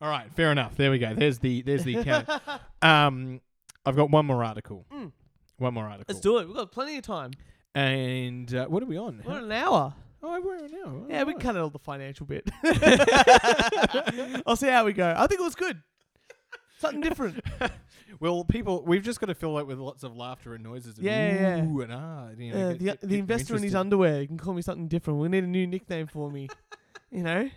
B: all right, fair enough. There we go. There's the there's the account. um, I've got one more article.
A: Mm.
B: One more article.
A: Let's do it. We've got plenty of time.
B: and uh, what are we on?
A: We're on an hour.
B: Oh, we're an hour.
A: Yeah, we
B: Alright.
A: cut out all the financial bit. I'll see how we go. I think it was good. Something different.
B: well, people, we've just got to fill it with lots of laughter and noises. And
A: Yeah, yeah, yeah.
B: Ooh, and ah, you
A: Yeah,
B: know, get-
A: Uh, the,
B: get- get
A: the
B: them
A: investor in his
B: interested.
A: underwear. You can call me something different. We need a new nickname for me. you know,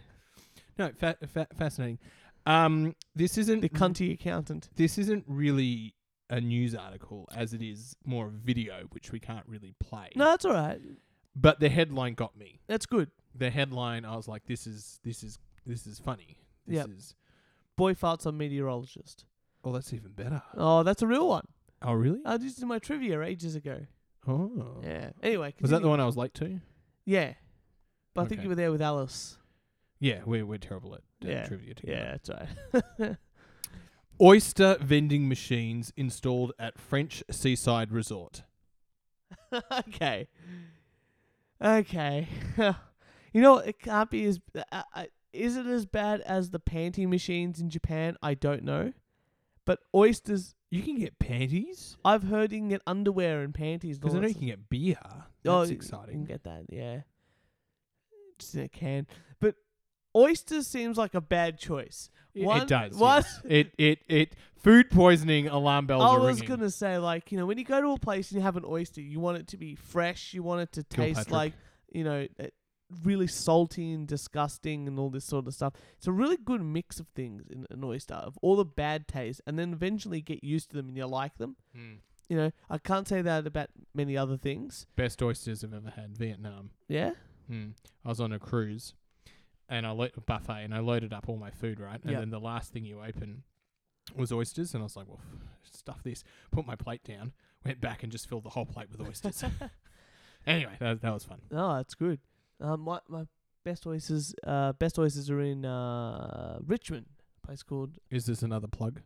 B: No, fa- fa- fascinating. Um, this isn't
A: the cunty accountant.
B: this isn't really a news article as it is more a video, which we can't really play.
A: No, that's all right.
B: But the headline got me.
A: That's good.
B: The headline, I was like, this is this is this is funny. This
A: Yep.
B: is
A: Boy farts on meteorologist.
B: oh, that's even better.
A: Oh, that's a real one.
B: Oh, really?
A: I just did my trivia ages ago.
B: Oh,
A: Yeah. Anyway,
B: Was that the
A: continue.
B: one I was late to?
A: Yeah. But I think
B: Okay.
A: you were there with Alice.
B: Yeah, we're we're terrible at uh,
A: Yeah.
B: trivia. Together.
A: Yeah, that's right.
B: Oyster vending machines installed at French seaside resort.
A: okay. Okay. you know, it can't be as. I, I, is it as bad as the panty machines in Japan? I don't know. But oysters,
B: You can get panties
A: I've heard you can get underwear and panties. and
B: because I
A: all
B: know
A: that
B: you
A: stuff.
B: can get beer.
A: Oh,
B: That's
A: you- You can
B: exciting.
A: get that, yeah. Just in a can. But oysters seems like a bad choice. One-
B: it does.
A: one-
B: yes. It it it. Food poisoning alarm bells
A: I
B: are
A: was
B: ringing.
A: gonna say, like, you know, when you go to a place and you have an oyster, you want it to be fresh. You want it to taste
B: Kilpatrick.
A: like, you know, uh, really salty and disgusting and all this sort of stuff. It's a really good mix of things in an oyster of all the bad taste, and then eventually get used to them and you like them.
B: Mm.
A: You know, I can't say that about many other things.
B: Best oysters I've ever had. Vietnam.
A: Yeah,
B: Mm. I was on a cruise, and I lo- a buffet, and I loaded up all my food right, and
A: Yep.
B: then the last thing you open was oysters, and I was like, well, stuff this. Put my plate down. Went back and just filled the whole plate with oysters. anyway, that, that was fun.
A: no, that's good. Um, my my best oysters, uh, best oysters are in uh Richmond, a place called
B: Is this another plug?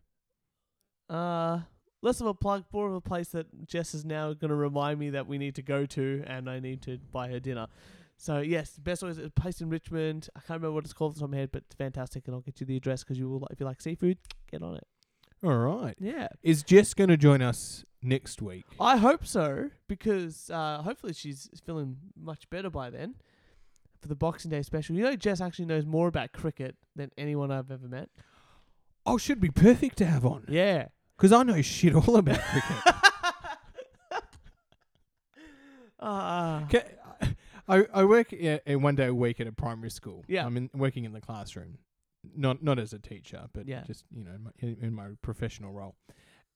A: Uh, less of a plug, more of a place that Jess is now going to remind me that we need to go to, and I need to buy her dinner. So yes, best always a place in Richmond. I can't remember what it's called off the top of my head, but it's fantastic, and I'll get you the address 'cause you will if you like seafood, get on it.
B: All right.
A: Yeah,
B: Is Jess going to join us next week?
A: I hope so because uh, hopefully she's feeling much better by then for the Boxing Day special. You know, Jess actually knows more about cricket than anyone I've ever met.
B: Oh, should be perfect to have on
A: Yeah,
B: because I know shit all about cricket.
A: ah,
B: Ca- I, I work i- i- one day a week at a primary school.
A: Yeah.
B: I'm in, working in the classroom, not not as a teacher, but
A: Yeah.
B: just you know in my, in, in my professional role.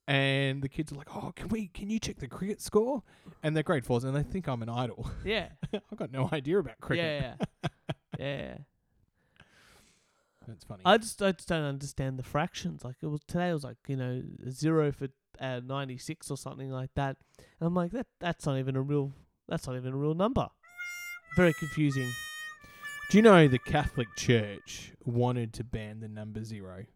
B: And the kids are like, "Oh, can we? Can you check the cricket score?" And they're grade fours, and they think I'm an idol.
A: yeah,
B: I've got no idea about cricket.
A: yeah, yeah, yeah.
B: That's funny.
A: I just I just don't understand the fractions. Like it was today it was like you know zero for uh, ninety six or something like that, and I'm like that that's not even a real that's not even a real number. Very confusing.
B: Do you know the Catholic Church wanted to ban the number zero?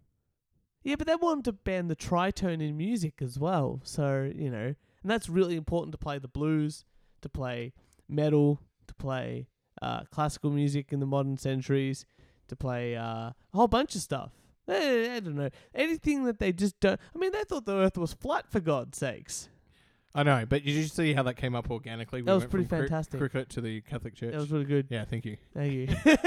A: Yeah, but they want to ban the tritone in music as well. So you know, and that's really important to play the blues, to play metal, to play uh, classical music in the modern centuries, to play uh, a whole bunch of stuff. Eh, I don't know anything that they just don't. I mean, they thought the Earth was flat for God's sakes.
B: I know, but you just see how that came up organically. We
A: That was
B: went
A: pretty
B: from cri-
A: fantastic.
B: cricket to the Catholic Church.
A: That was really good.
B: yeah, thank you.
A: Thank you.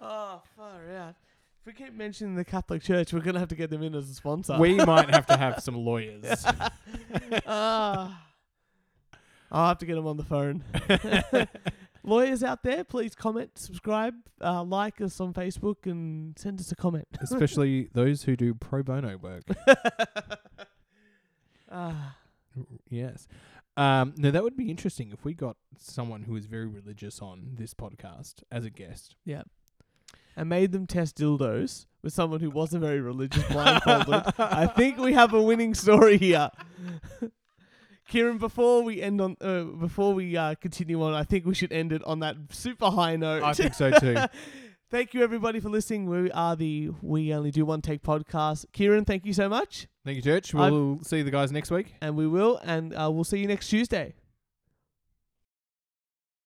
A: oh, far out. If we keep mentioning the Catholic Church, we're gonna have to get them in as a sponsor.
B: We might have to have some lawyers.
A: Ah. I'll have to get them on the phone. Lawyers out there, please comment, subscribe, uh, like us on Facebook, and send us a comment.
B: especially those who do pro bono work.
A: Ah,
B: yes. Um, no, that would be interesting if we got someone who is very religious on this podcast as a guest.
A: I made them test dildos with someone who wasn't very religious blindfolded. I think we have a winning story here. Kieran, before we end on, uh, before we uh, continue on, I think we should end it on that super high note.
B: I think so too.
A: Thank you, everybody, for listening. We are the We Only Do One Take podcast. Kieran, thank you so much.
B: Thank you, Church.
A: I've-
B: We'll see the guys next week.
A: And we will, and uh, we'll see you next Tuesday.